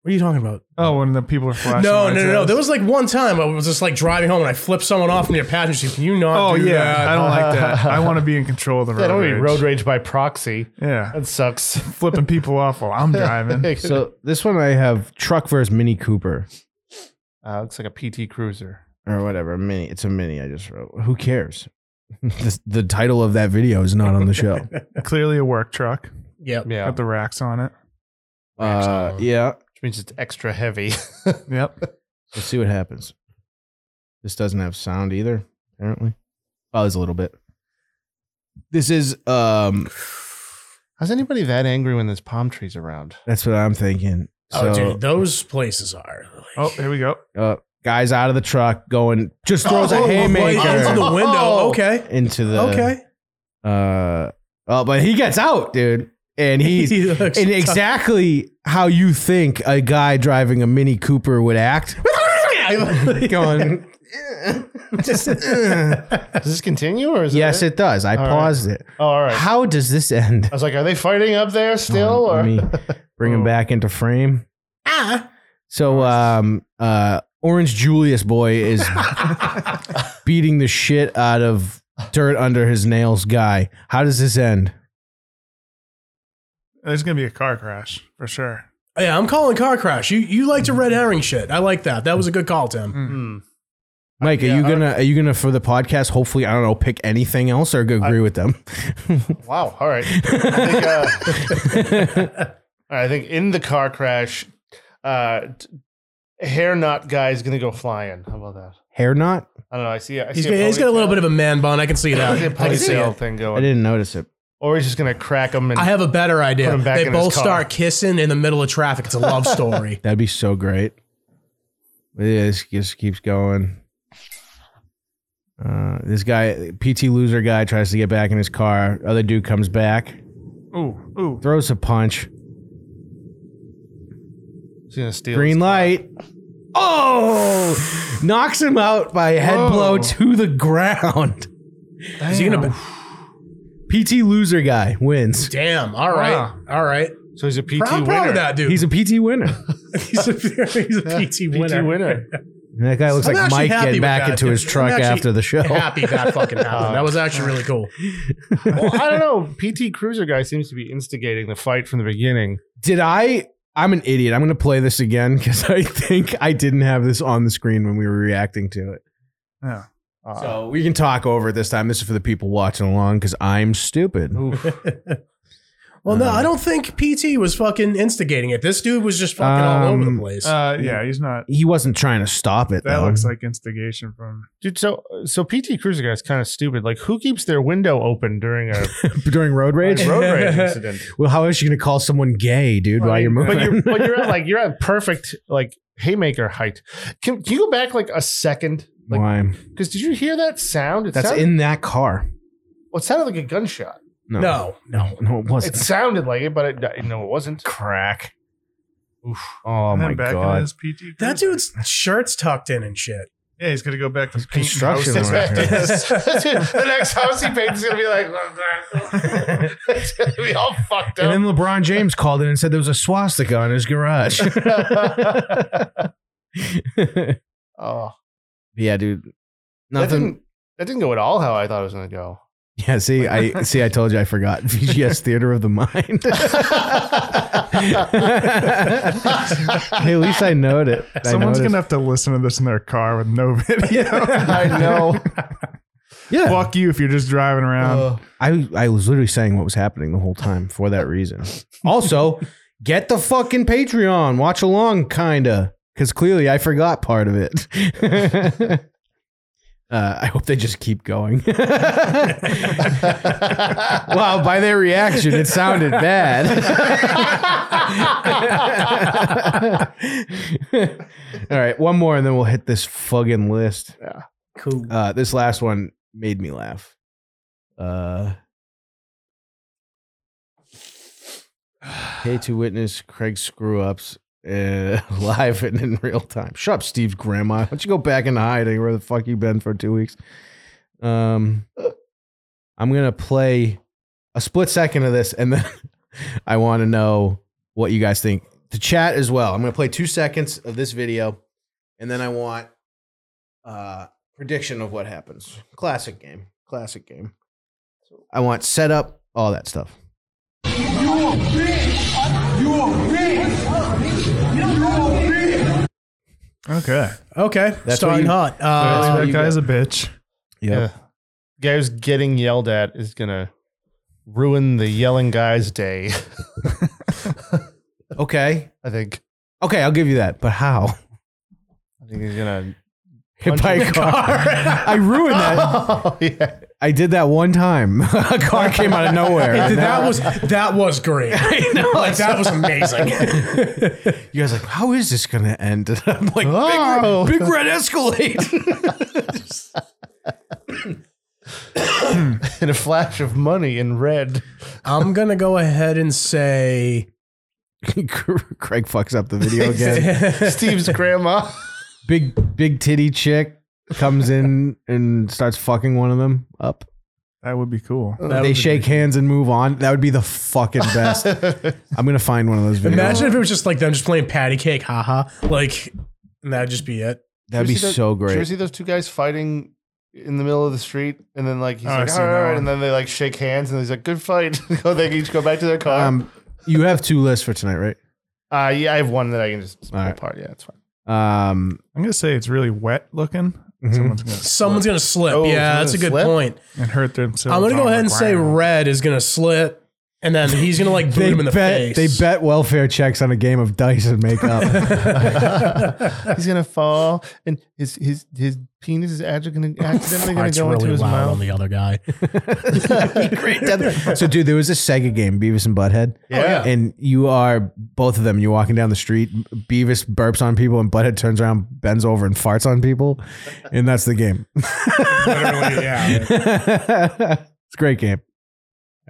B: What are you talking about?
C: oh, when the people are flashing.
B: No, no,
C: lights
B: no,
C: at
B: no.
C: us.
B: There was like one time I was just like driving home and I flipped someone off in your passenger seat. Can you not?
C: Oh
B: do
C: yeah,
B: that?
C: I don't like that. I want to be in control of the road.
D: I don't mean
C: rage.
D: road rage by proxy.
C: Yeah,
D: That sucks.
C: flipping people off while I'm driving.
A: So this one I have truck versus Mini Cooper
D: uh, looks like a PT Cruiser.
A: or whatever. Mini. It's a mini. I just wrote. Who cares? the, the title of that video is not on the show.
C: Clearly a work truck.
B: Yep.
D: Yeah,
C: Got the racks on it.
A: uh, yeah.
D: which means it's extra heavy.
C: Yep.
A: Let's see what happens. This doesn't have sound either. Apparently, oh, there's a little bit. This is um.
D: How's anybody that angry when there's palm trees around?
A: That's what I'm thinking.
B: Oh,
A: So-
B: dude, those places are.
C: Oh, here we go.
A: uh, guys out of the truck going just throws a
B: Oh,
A: haymaker Oh.
B: Into the window. Okay.
A: into the
B: Okay.
A: Uh, oh, but he gets out, dude, and he's
B: He looks
A: and
B: tough.
A: exactly how you think a guy driving a Mini Cooper would act. going. Just,
D: Does this continue or is
A: yes,
D: It,
A: it does. I
D: All right.
A: paused it.
D: oh, all right.
A: How does this end?
D: I was like, are they fighting up there still?
A: Let
D: or
A: Oh, me bring
D: Oh.
A: him back into frame.
B: Ah.
A: So, um, uh, Orange Julius boy is beating the shit out of dirt under his nails guy. How does this end?
D: Uh,
C: There's gonna be a car crash for sure.
B: Yeah, I'm calling car crash. You you like to red herring shit. I like that. That was a good call, Tim.
D: Hmm.
A: Mike, are
D: Yeah,
A: you
D: I-
A: gonna are you gonna for the podcast? Hopefully, I don't know, pick anything else or agree with them.
D: Wow. All right. I think, uh, I think in the car crash, uh, t- hair knot guy is going to go flying. How about that?
A: Hair knot?
D: I don't know. I see. I
B: He's
D: see
B: got, he's got a little bit of a man bun. I can see
D: I see a
B: that. I can see
D: ponytail
B: it.
D: thing
A: I
D: going.
A: didn't notice it.
D: Or he's just going to crack him. And
B: I have a better idea.
D: Put him back
B: They
D: in his
B: both
D: car.
B: start kissing in the middle of traffic. It's a love story.
A: That'd be so great. But yeah, this just keeps going. Uh, this guy, PT loser guy, tries to get back in his car. Other dude comes back,
C: Ooh, ooh.
A: throws a punch.
D: he's going to steal.
A: Green
D: his-
A: light. Oh! Knocks him out by a head blow
B: Oh.
C: Whoa.
A: to the ground.
B: Is he gonna?
A: PT loser guy wins.
B: Damn. All right.
C: Wow.
B: All right.
D: So he's a PT
B: I'm proud
D: winner.
B: of that dude.
A: He's a PT winner.
B: He's a, he's a PT winner.
D: PT winner.
A: And that guy looks
B: I'm
A: like
B: actually
A: Mike
B: happy
A: getting
B: with
A: back
B: that,
A: into
B: dude.
A: his truck
B: I'm actually
A: after the show.
B: Happy that fucking happened. That was actually really cool.
D: well, I don't know. PT Cruiser guy seems to be instigating the fight from the beginning.
A: Did I? I'm an idiot. I'm going to play this again because I think I didn't have this on the screen when we were reacting to it.
C: Yeah.
D: Uh,
A: So we can talk over it this time. This is for the people watching along because I'm stupid.
B: Well, no,
A: Uh,
B: I don't think PT was fucking instigating it. This dude was just fucking all over
A: Um,
B: the place.
C: Uh, yeah, he's not.
A: He wasn't trying to stop it.
C: That
A: though.
C: looks like instigation from.
D: dude, so so PT Cruiser guy's kind of stupid. Like, who keeps their window open during a
A: during road rage.
D: road rage incident?
A: Well, how else you going to call someone gay, dude, while you're moving?
D: But you're, but you're at like you're at perfect like haymaker height. Can, can you go back like a second? Like,
A: Why?
D: because did you hear that sound? It
A: That's
D: sounded,
A: in that car.
D: Well, it sounded like a gunshot.
A: No,
B: no, no.
A: no, it
D: It
A: wasn't.
D: sounded like it, but it, no, it wasn't.
A: crack. Oh
C: and
A: my
C: then back in
A: god!
C: his PT.
B: That
C: cruiser.
B: dude's shirt's tucked in and shit.
C: Yeah, he's gonna go back to painting
A: construction
C: houses.
A: work.
D: the next house he paints is gonna be like, it's gonna be all fucked up.
A: And then LeBron James called in and said there was a swastika on his garage.
D: oh,
A: yeah, dude.
D: that
A: Nothing.
D: didn't, that didn't go at all how I thought it was gonna go.
A: Yeah, see, I see. I told you, I forgot. VGS Theater of the Mind. hey, at least I knowed it. I
C: Someone's
A: noticed.
C: gonna have to listen to this in their car with no video.
D: I know.
A: Yeah,
C: Fuck you if you're just driving around.
D: Uh,
A: I I was literally saying what was happening the whole time for that reason. Also, get the fucking Patreon, watch along, kinda, because clearly I forgot part of it. uh, I hope they just keep going. wow, by their reaction, it sounded bad. All right, one more, and then we'll hit this fucking list.
B: Cool.
A: Uh, this last one made me laugh. Uh, pay to witness Craig screw ups uh, live and in real time. Shut up, Steve's grandma. Why don't you go back into hiding where the fuck you been for two weeks? Um, I'm gonna play a split second of this, and then I want to know what you guys think. The chat as well. I'm gonna play two seconds of this video, and then I want uh prediction of what happens. Classic game. Classic game. I want setup, all that stuff.
C: Okay,
B: Okay,
A: what
B: starting
A: you-
B: hot.
C: So
B: Uh,
C: that guy's a bitch.
D: Yeah. Guy who's getting yelled at is gonna ruin the yelling guy's day.
A: Okay.
D: I think.
A: Okay, I'll give you that. But how?
D: I think he's gonna.
A: Hit by a car. I ruined that.
D: Oh, yeah.
A: I did that one time. a car came out of nowhere.
B: that
A: And now-
B: was that was great. like that was amazing.
A: you guys are like, how is this gonna end? And I'm like,
D: Oh.
A: big, red- big red escalade.
D: and a flash of money in red.
B: I'm gonna go ahead and say
A: Craig fucks up the video again.
D: Steve's grandma.
A: big big titty chick comes in and starts fucking one of them up.
C: That would be cool.
A: they shake hands and move on. That would be the fucking best. I'm gonna find one of those videos.
B: Imagine if it was just like them just playing patty cake, haha. Like, and that'd just be it.
A: That'd be
D: Did you see
A: so
D: those- Did you ever
A: great.
D: see those two guys fighting in the middle of the street? And then like he's
C: Oh, I've
D: like,
C: seen
D: all
C: that
D: right, all right,"
C: one.
D: and then they like shake hands, and he's like, "Good fight." go, they each go back to their car.
A: Um, you have two lists for tonight, right?
D: uh, yeah, I have one that I can just
A: All right.
D: apart. Yeah, that's fine.
A: Um,
C: I'm gonna say it's really wet looking. Someone's gonna
B: Someone's gonna slip.
D: Oh,
B: yeah,
D: someone's
B: that's a
D: gonna
B: good
D: slip?
B: point.
C: and hurt themselves.
B: I'm gonna
C: on
B: go
C: the
B: ahead and say
C: ground.
B: red is gonna slip, and then he's gonna like boot
A: they
B: him in the face.
A: bet they bet welfare checks on a game of dice and make up.
D: He's gonna fall, and his his his penis is accidentally accidentally gonna
B: That's
D: go into
B: really
D: his
B: loud on
D: mouth.
B: the other guy.
A: so, dude, there was a Sega game, Beavis and Butthead.
D: Oh, yeah.
A: And you are both of them. You're walking down the street. Beavis burps on people, and Butthead turns around, bends over, and farts on people. And that's the game.
C: Literally, yeah.
A: it's a great game.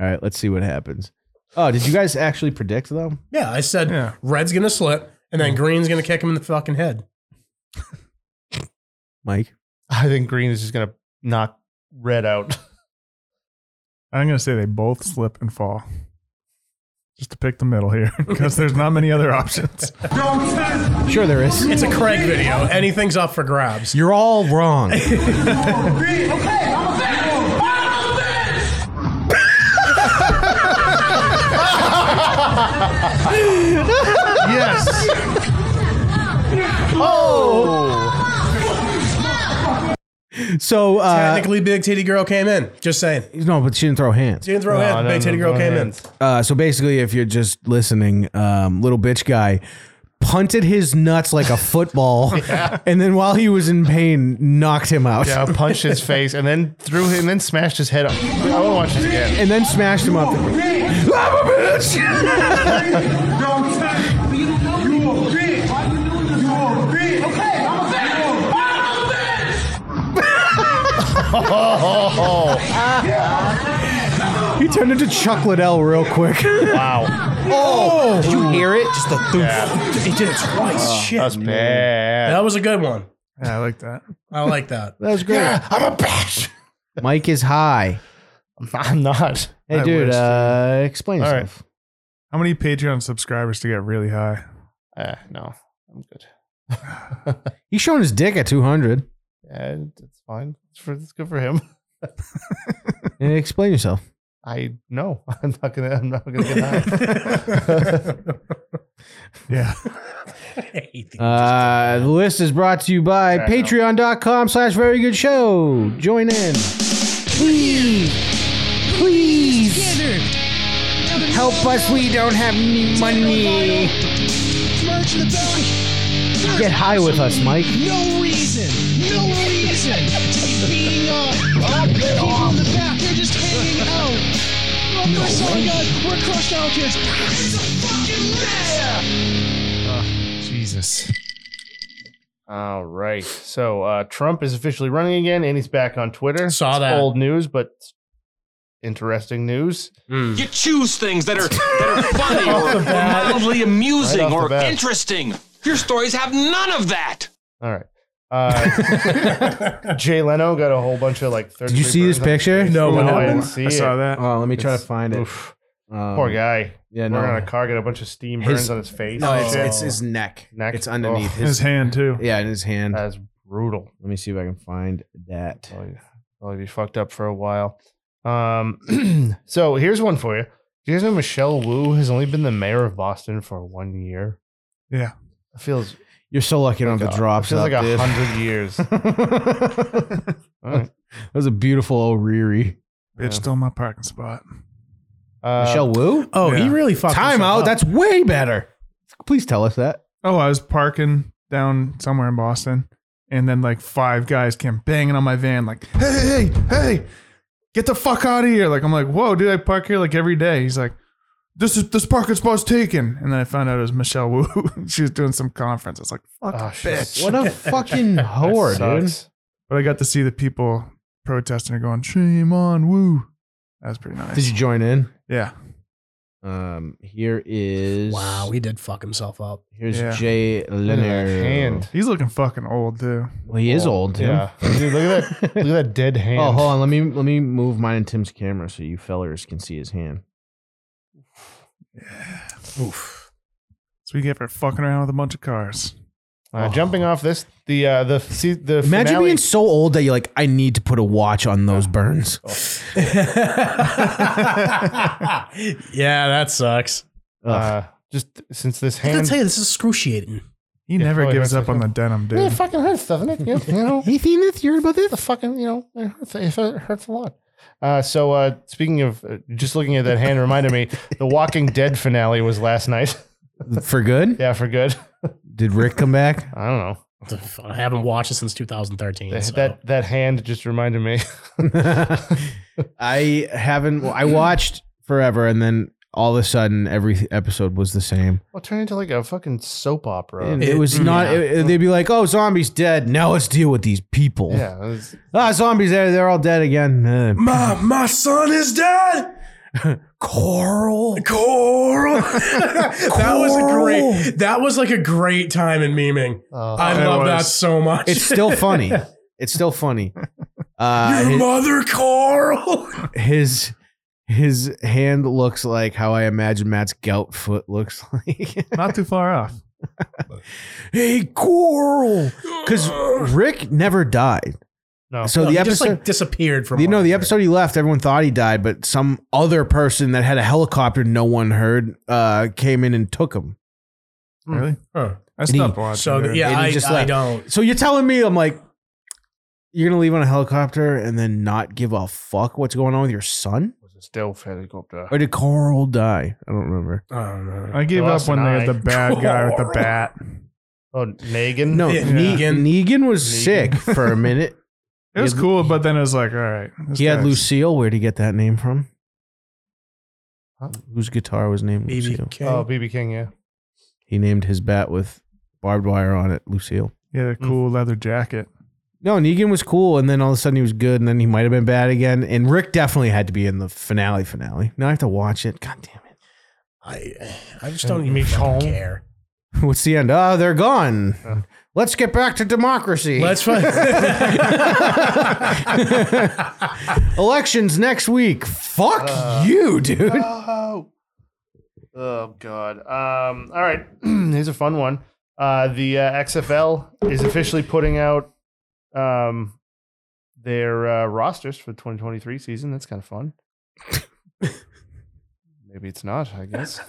A: All right, let's see what happens. Oh, did you guys actually predict though?
B: Yeah, I said
C: Yeah.
B: red's gonna slip, and then green's gonna kick him in the fucking head.
A: Mike?
D: I think Green is just gonna knock Red out.
C: I'm gonna say they both slip and fall. Just to pick the middle here, because there's not many other options.
A: Sure there is.
B: It's a Craig video. Anything's up for grabs.
A: You're all wrong.
D: yes. oh.
A: So uh,
B: Technically, Big Titty Girl came in. Just saying.
A: no, but she didn't throw hands.
B: She didn't throw
D: No,
B: hands.
D: no,
B: Big
D: no,
B: Titty
D: no,
B: Girl
D: no
B: came
D: hands.
B: in.
A: Uh, so basically, if you're just listening, um, little bitch guy punted his nuts like a football, and then while he was in pain, knocked him out,
D: Yeah, punched his face and then threw him, and then smashed his head. Up. I want to watch this again.
A: and then smashed him up. He turned into Chuck Liddell real quick.
D: Wow,
A: Oh, did you hear it? Just the thump.
B: He did it twice. Shit.
D: that's bad.
B: That was a good one.
C: Yeah, I like that.
B: I like that.
A: That was great.
D: I'm a bitch.
A: Mike is high.
D: I'm not.
A: Hey,
C: I
A: dude,
C: wish,
A: uh, explain
D: All right.
A: yourself.
C: How many Patreon subscribers to get really high?
D: Uh, no, I'm good.
A: He's showing his dick at 200.
D: Yeah, that's fine. It's, for, it's good for him.
A: Uh, explain yourself.
D: I no, I'm not gonna. I'm not gonna get high.
C: Yeah.
B: I hate these.
A: Uh, the list is brought to you by patreon.com slash very good show. Join in. Please. Please. Help us. We don't have any money.
F: Merch in the belly.
A: Get high with us, Mike.
F: No reason. No reason to be beating up. People in the back, they're just hanging out. Oh, no God, we're crushed out kids. It's a fucking mess.
C: Jesus.
D: All right. So uh, Trump is officially running again, and he's back on Twitter.
B: Saw
D: It's
B: that.
D: old news, but interesting news.
G: You choose things that are that are funny or mildly amusing
D: Right off the
G: or
D: bat.
G: interesting. Your stories have none of that.
D: All right. Uh, Jay Leno got a whole bunch of like.
A: Did you see this picture?
D: No,
C: what
D: Oh, I didn't
C: happened?
D: see
C: I saw
D: it.
C: that.
A: Oh, let me try to
D: It's-
A: find it.
D: Oof,
A: Um,
D: poor guy.
A: Yeah,
D: Running
A: no.
D: on a car, got a bunch of steam
A: His-
D: burns on his face. Oh,
A: No,
D: and
A: it's,
D: shit.
A: it's his neck.
D: Neck?
A: It's underneath
D: Oh. Uh,
A: his.
C: His hand too.
A: Yeah, in his hand.
D: that's brutal.
A: Let me see if I can find that.
D: Probably, probably be fucked up for a while. Um, so here's one for you. Do you guys know Michelle Wu has only been the mayor of Boston for one year?
C: Yeah.
D: It feels
A: You're so lucky you don't have
D: God,
A: the drops.
D: It feels
A: up,
D: like a
A: dude.
D: hundred years. All right.
A: That was a beautiful O'Reary.
D: Yeah.
C: Bitch stole my parking spot.
D: Uh,
A: Michelle Wu?
B: Oh, he
C: Yeah.
B: really fucked
A: Time
B: himself
A: out.
B: up.
A: That's way better. Please tell us that.
C: Oh, I was parking down somewhere in Boston, and then like five guys came banging on my van, like, "Hey, hey, hey, get the fuck out of here!" Like I'm like, "Whoa, dude, I park here like every day." He's like, "This is this parking spot's taken," and then I found out it was Michelle Wu. she was doing some conference. I was like, "Fuck,"
D: oh, shit.
A: What a fucking
D: That
A: whore, dude.
D: sucks.
C: but I got to see the people protesting and going, "Shame on Wu." That was pretty nice.
A: Did you join in?
C: yeah.
A: Um, here is
B: Wow, he did fuck himself up.
A: Here's
C: Yeah.
A: Jay
D: Look at that
A: Leonard.
D: hand. Oh,
C: He's looking fucking old too.
A: Well, he is old. Tim.
D: Yeah. Dude, look at that. Look at that dead hand.
A: Oh, hold on. Let me let me move mine and Tim's camera so you fellers can see his hand.
B: Oof.
C: So we get for fucking around with a bunch of cars.
D: Uh, Jumping off this, the uh, the see, the
A: Imagine
D: finale,
A: being so old that you're like, I need to put a watch on those burns.
B: yeah, that sucks.
D: uh, just since this
B: I gotta
D: hand.
B: tell you, this is excruciating.
C: He never
D: probably
C: gives
D: hurts
C: up on the denim, dude.
D: Yeah, it fucking hurts, doesn't it? You, you know,
A: Hey, Zenith, you heard about
D: the
A: this?
D: fucking you know it hurts, it hurts a lot. Uh, so uh, speaking of uh, just looking at that hand reminded me the Walking Dead finale was last night.
A: For good?
D: yeah, for good.
A: Did Rick come back?
D: I don't know.
B: I haven't watched it since 2013.
D: That
B: so-
D: that, that hand just reminded me.
A: I haven't. I watched forever, and then all of a sudden, every episode was the same.
D: well, turn into like a fucking soap opera.
A: And it, was
B: It-
A: not.
B: yeah.
A: it- they'd be like, "Oh, zombies dead. Now let's deal with these people."
D: yeah, it was-
A: Ah, zombies dead. They're all dead again. Uh,
B: My my son is dead.
A: Coral.
B: Coral. that was a great. That was like a great time in memeing.
D: uh,
B: I
C: it
B: love that
C: was.
B: so much.
A: It's still funny. It's still funny. Uh, his-
B: mother, Coral.
A: his his hand looks like how I imagine Matt's gout foot looks like.
C: Not too far off.
A: hey, Coral, because Rick never died.
D: Oh, No.
A: So the
B: he just
A: episode,
B: like disappeared from.
A: you know, the
B: one.
A: episode he left, everyone thought he died, but some other person that had a helicopter, no one heard, uh, came in and took him.
D: Hmm.
C: Really?
B: Huh.
C: I
A: he-
C: stopped watching.
B: So
C: dude.
B: yeah,
A: And he
B: I,
A: just
B: I
A: left.
B: don't.
A: So you're telling me I'm like, you're gonna leave on a helicopter and then not give a fuck what's going on with your son?
D: was a stealth helicopter.
A: Or did Coral die? I don't remember.
B: I don't know.
C: I gave up
D: Lost
C: when
D: an
C: they
D: eye.
C: had the bad guy with the bat.
D: Oh, Negan.
A: No,
B: Yeah.
A: Negan. Negan was
D: Negan.
A: sick for a minute.
C: It was
A: Yeah,
C: cool, but then it was like, all right. this
A: He had
C: guy's-
A: Lucille. Where'd he get that name from?
D: Huh?
A: Whose guitar was named Lucille?
B: BB King.
D: Oh, BB King. Yeah.
A: He named his bat with barbed wire on it, Lucille.
C: He had a cool leather jacket.
A: No, Negan was cool, and then all of a sudden he was good, and then he might have been bad again. And Rick definitely had to be in the finale. Finale. Now I have to watch it. God damn it!
B: I I just don't even fucking care.
A: What's the end? Oh, they're gone. Let's get back to democracy.
B: Let's find.
A: Elections next week. Fuck
D: Uh,
A: you, dude.
D: Oh. Oh God. Um. All right. Here's a fun one. Uh, the uh, XFL is officially putting out um their uh, rosters for 2023 season. That's kind of fun. Maybe it's not. I guess.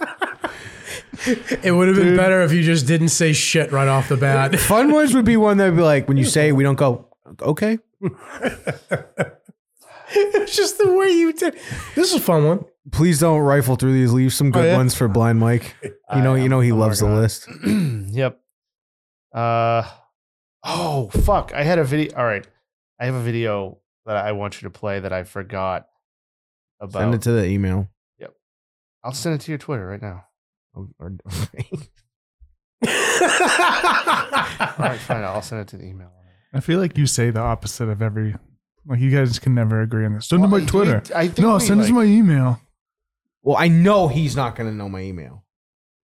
B: it would have been better if you just didn't say shit right off the bat.
A: Fun ones would be one that'd be like when you say we don't go. Okay.
B: it's just the way you did. This is a fun one.
A: Please don't rifle through these. Leave
D: Oh,
A: some good
B: yeah.
A: ones for Blind Mike. You know, you know he loves the list.
D: yep. Uh. Oh fuck! I had a video. All right. I have a video that I want you to play that I forgot about.
A: Send it to the email.
D: I'll send it to your Twitter right now.
A: Or- Oh, or-
D: All right, fine. I'll send it to the email.
C: I feel like you say the opposite of every. Like you guys can never agree on this. Send
D: Well,
C: it to my Twitter.
D: I think
C: No,
D: we,
C: send us
D: like-
C: my email.
A: well, I know he's not going to know my email.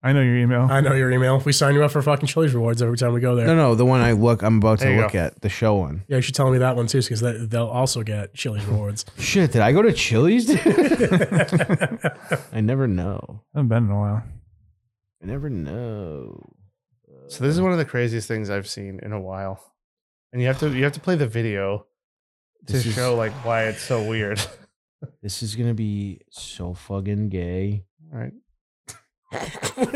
C: I know your email.
B: I know your email. We sign you up for fucking Chili's rewards every time we go there.
A: No, no, the one I look, I'm about
D: There
A: to
D: you
A: look
D: go.
A: at the show one.
B: Yeah, you should tell me that one too, because they'll also get Chili's rewards.
A: Shit, did I go to Chili's? I never know.
C: I haven't been in a while.
A: I never know.
D: So this is one of the craziest things I've seen in a while, and you have to you have to play the video to
A: This is-
D: show like why it's so weird.
A: This is gonna be so fucking gay.
D: All right.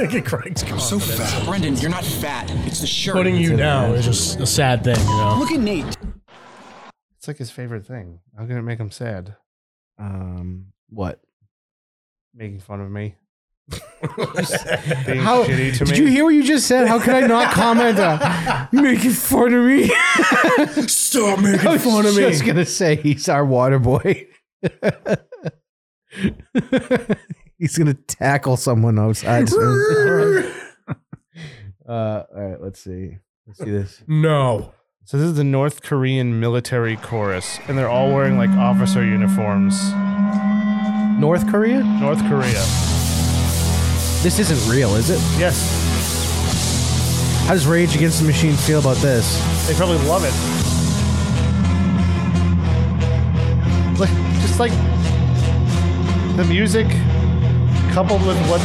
B: Get Craig's
G: So
B: confidence.
G: fat. Brendan, you're not fat. It's the shirt.
B: Putting you down is just a sad thing, you know.
E: Look at Nate.
D: It's like his favorite thing. How can it make him sad?
A: Um, what?
D: Making fun of me. Being shitty to
A: did
D: me.
A: you hear what you just said? How could I not comment? on making fun of me.
B: Stop making
A: I was just gonna say he's our water boy. he's gonna tackle someone outside. soon. uh, all right, let's see. Let's see this.
B: No.
D: So this is the North Korean military chorus, and they're all wearing like officer uniforms.
A: North Korea?
D: North Korea.
A: This isn't real, is it?
D: Yes,
A: How does Rage Against the Machine feel about this?
D: they probably love it. Like, just like the music, coupled with what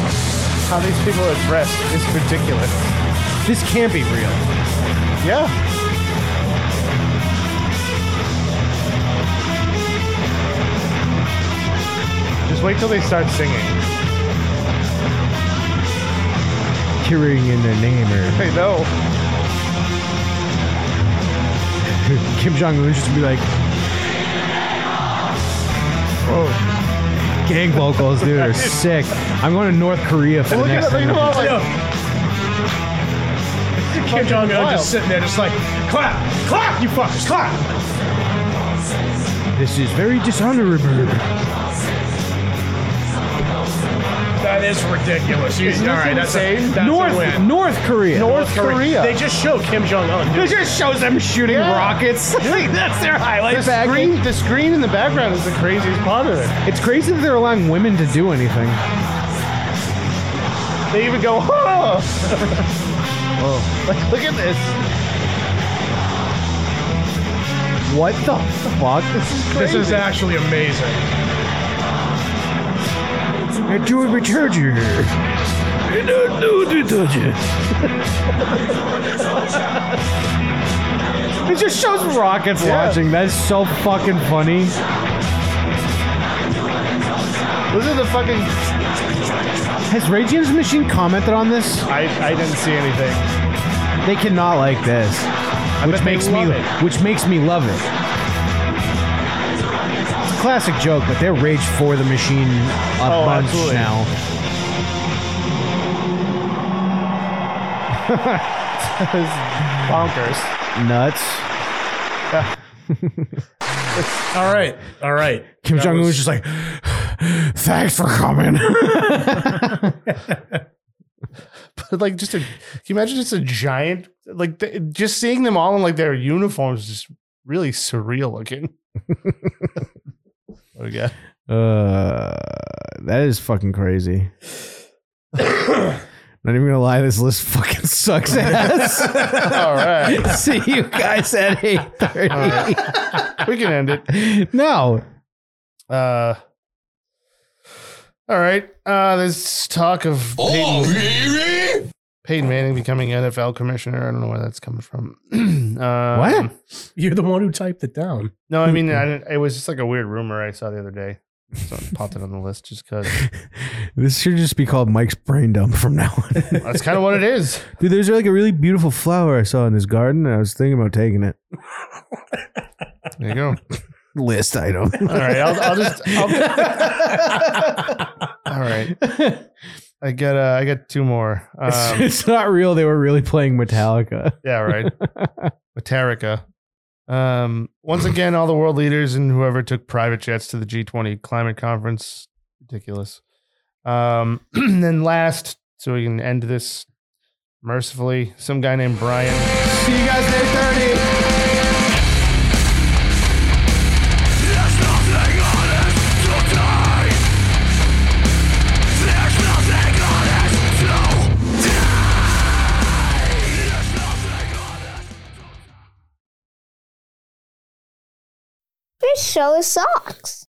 D: how these people are dressed, is ridiculous.
A: This can't be real.
D: Yeah. Just wait till they start singing.
A: Curing in their name or
D: I know.
A: Kim Jong Un just be like,
D: Oh,
A: gang vocals, dude, are sick. I'm going to North Korea for the
D: look
A: next
D: at that! Look
A: thing.
D: at all like,
B: Kim Jong Un
D: wild.
B: just sitting there, just like clap, clap, you fuckers, clap.
A: This is very dishonorable.
B: That is ridiculous. You, all
D: Isn't this
B: right, that's a,
D: insane?
B: that's a
A: North,
B: win.
A: North Korea.
D: North Korea.
B: They just show Kim Jong Un.
A: It just shows them shooting
D: Yeah.
A: rockets. That's their
D: the
A: highlight
D: screen, the screen in the background is the craziest part of it.
A: It's crazy that they're allowing women to do anything.
D: They even go, oh. Like, look at this.
A: What the fuck?
B: This is actually amazing.
A: They're doing return you. It just shows rockets launching. That's so fucking funny.
D: This is the fucking.
A: Has Rage Against the Machine commented on this?
D: I, I didn't see anything.
A: They cannot like this, which
D: bet they
A: makes me
D: love it.
A: which makes me love it. It's a classic joke, but they're Rage for the Machine a
D: Oh,
A: bunch
D: absolutely.
A: now.
D: It's bonkers.
A: Nuts.
B: All right, all right.
A: Kim
B: That
A: Jong Un was
B: was-
A: just like, "Thanks for coming."
D: But like, just a. Can you imagine just a giant? Like, th- just seeing them all in like their uniforms is just really surreal looking. what do we got?
A: Uh, that is fucking crazy. Not even gonna lie, this list fucking sucks ass.
D: All right,
A: See you guys at eight thirty.
D: we can end it.
A: No,
D: Uh, all right. Uh, there's talk of
G: Oh,
D: Peyton, Peyton Manning becoming NFL commissioner. I don't know where that's coming from. uh,
A: what?
B: You're the one who typed it down.
D: No, I mean, I didn't, it was just like a weird rumor I saw the other day. So I popped it on the list just because
A: This should just be called Mike's brain dump from now on.
D: that's kind of what it is.
A: Dude, there's like a really beautiful flower I saw in his garden, and I was thinking about taking it.
D: There you go.
A: List item.
D: All right, I'll, I'll just. I'll, all right, I got uh, I got two more. Um,
A: it's not real. They were really playing Metallica.
D: Yeah, right. Metallica. Um, once again, all the world leaders and whoever took private jets to the G20 climate conference. Ridiculous. Um, and then last, so we can end this mercifully, some guy named Brian. See you guys day 30.
H: This show is socks.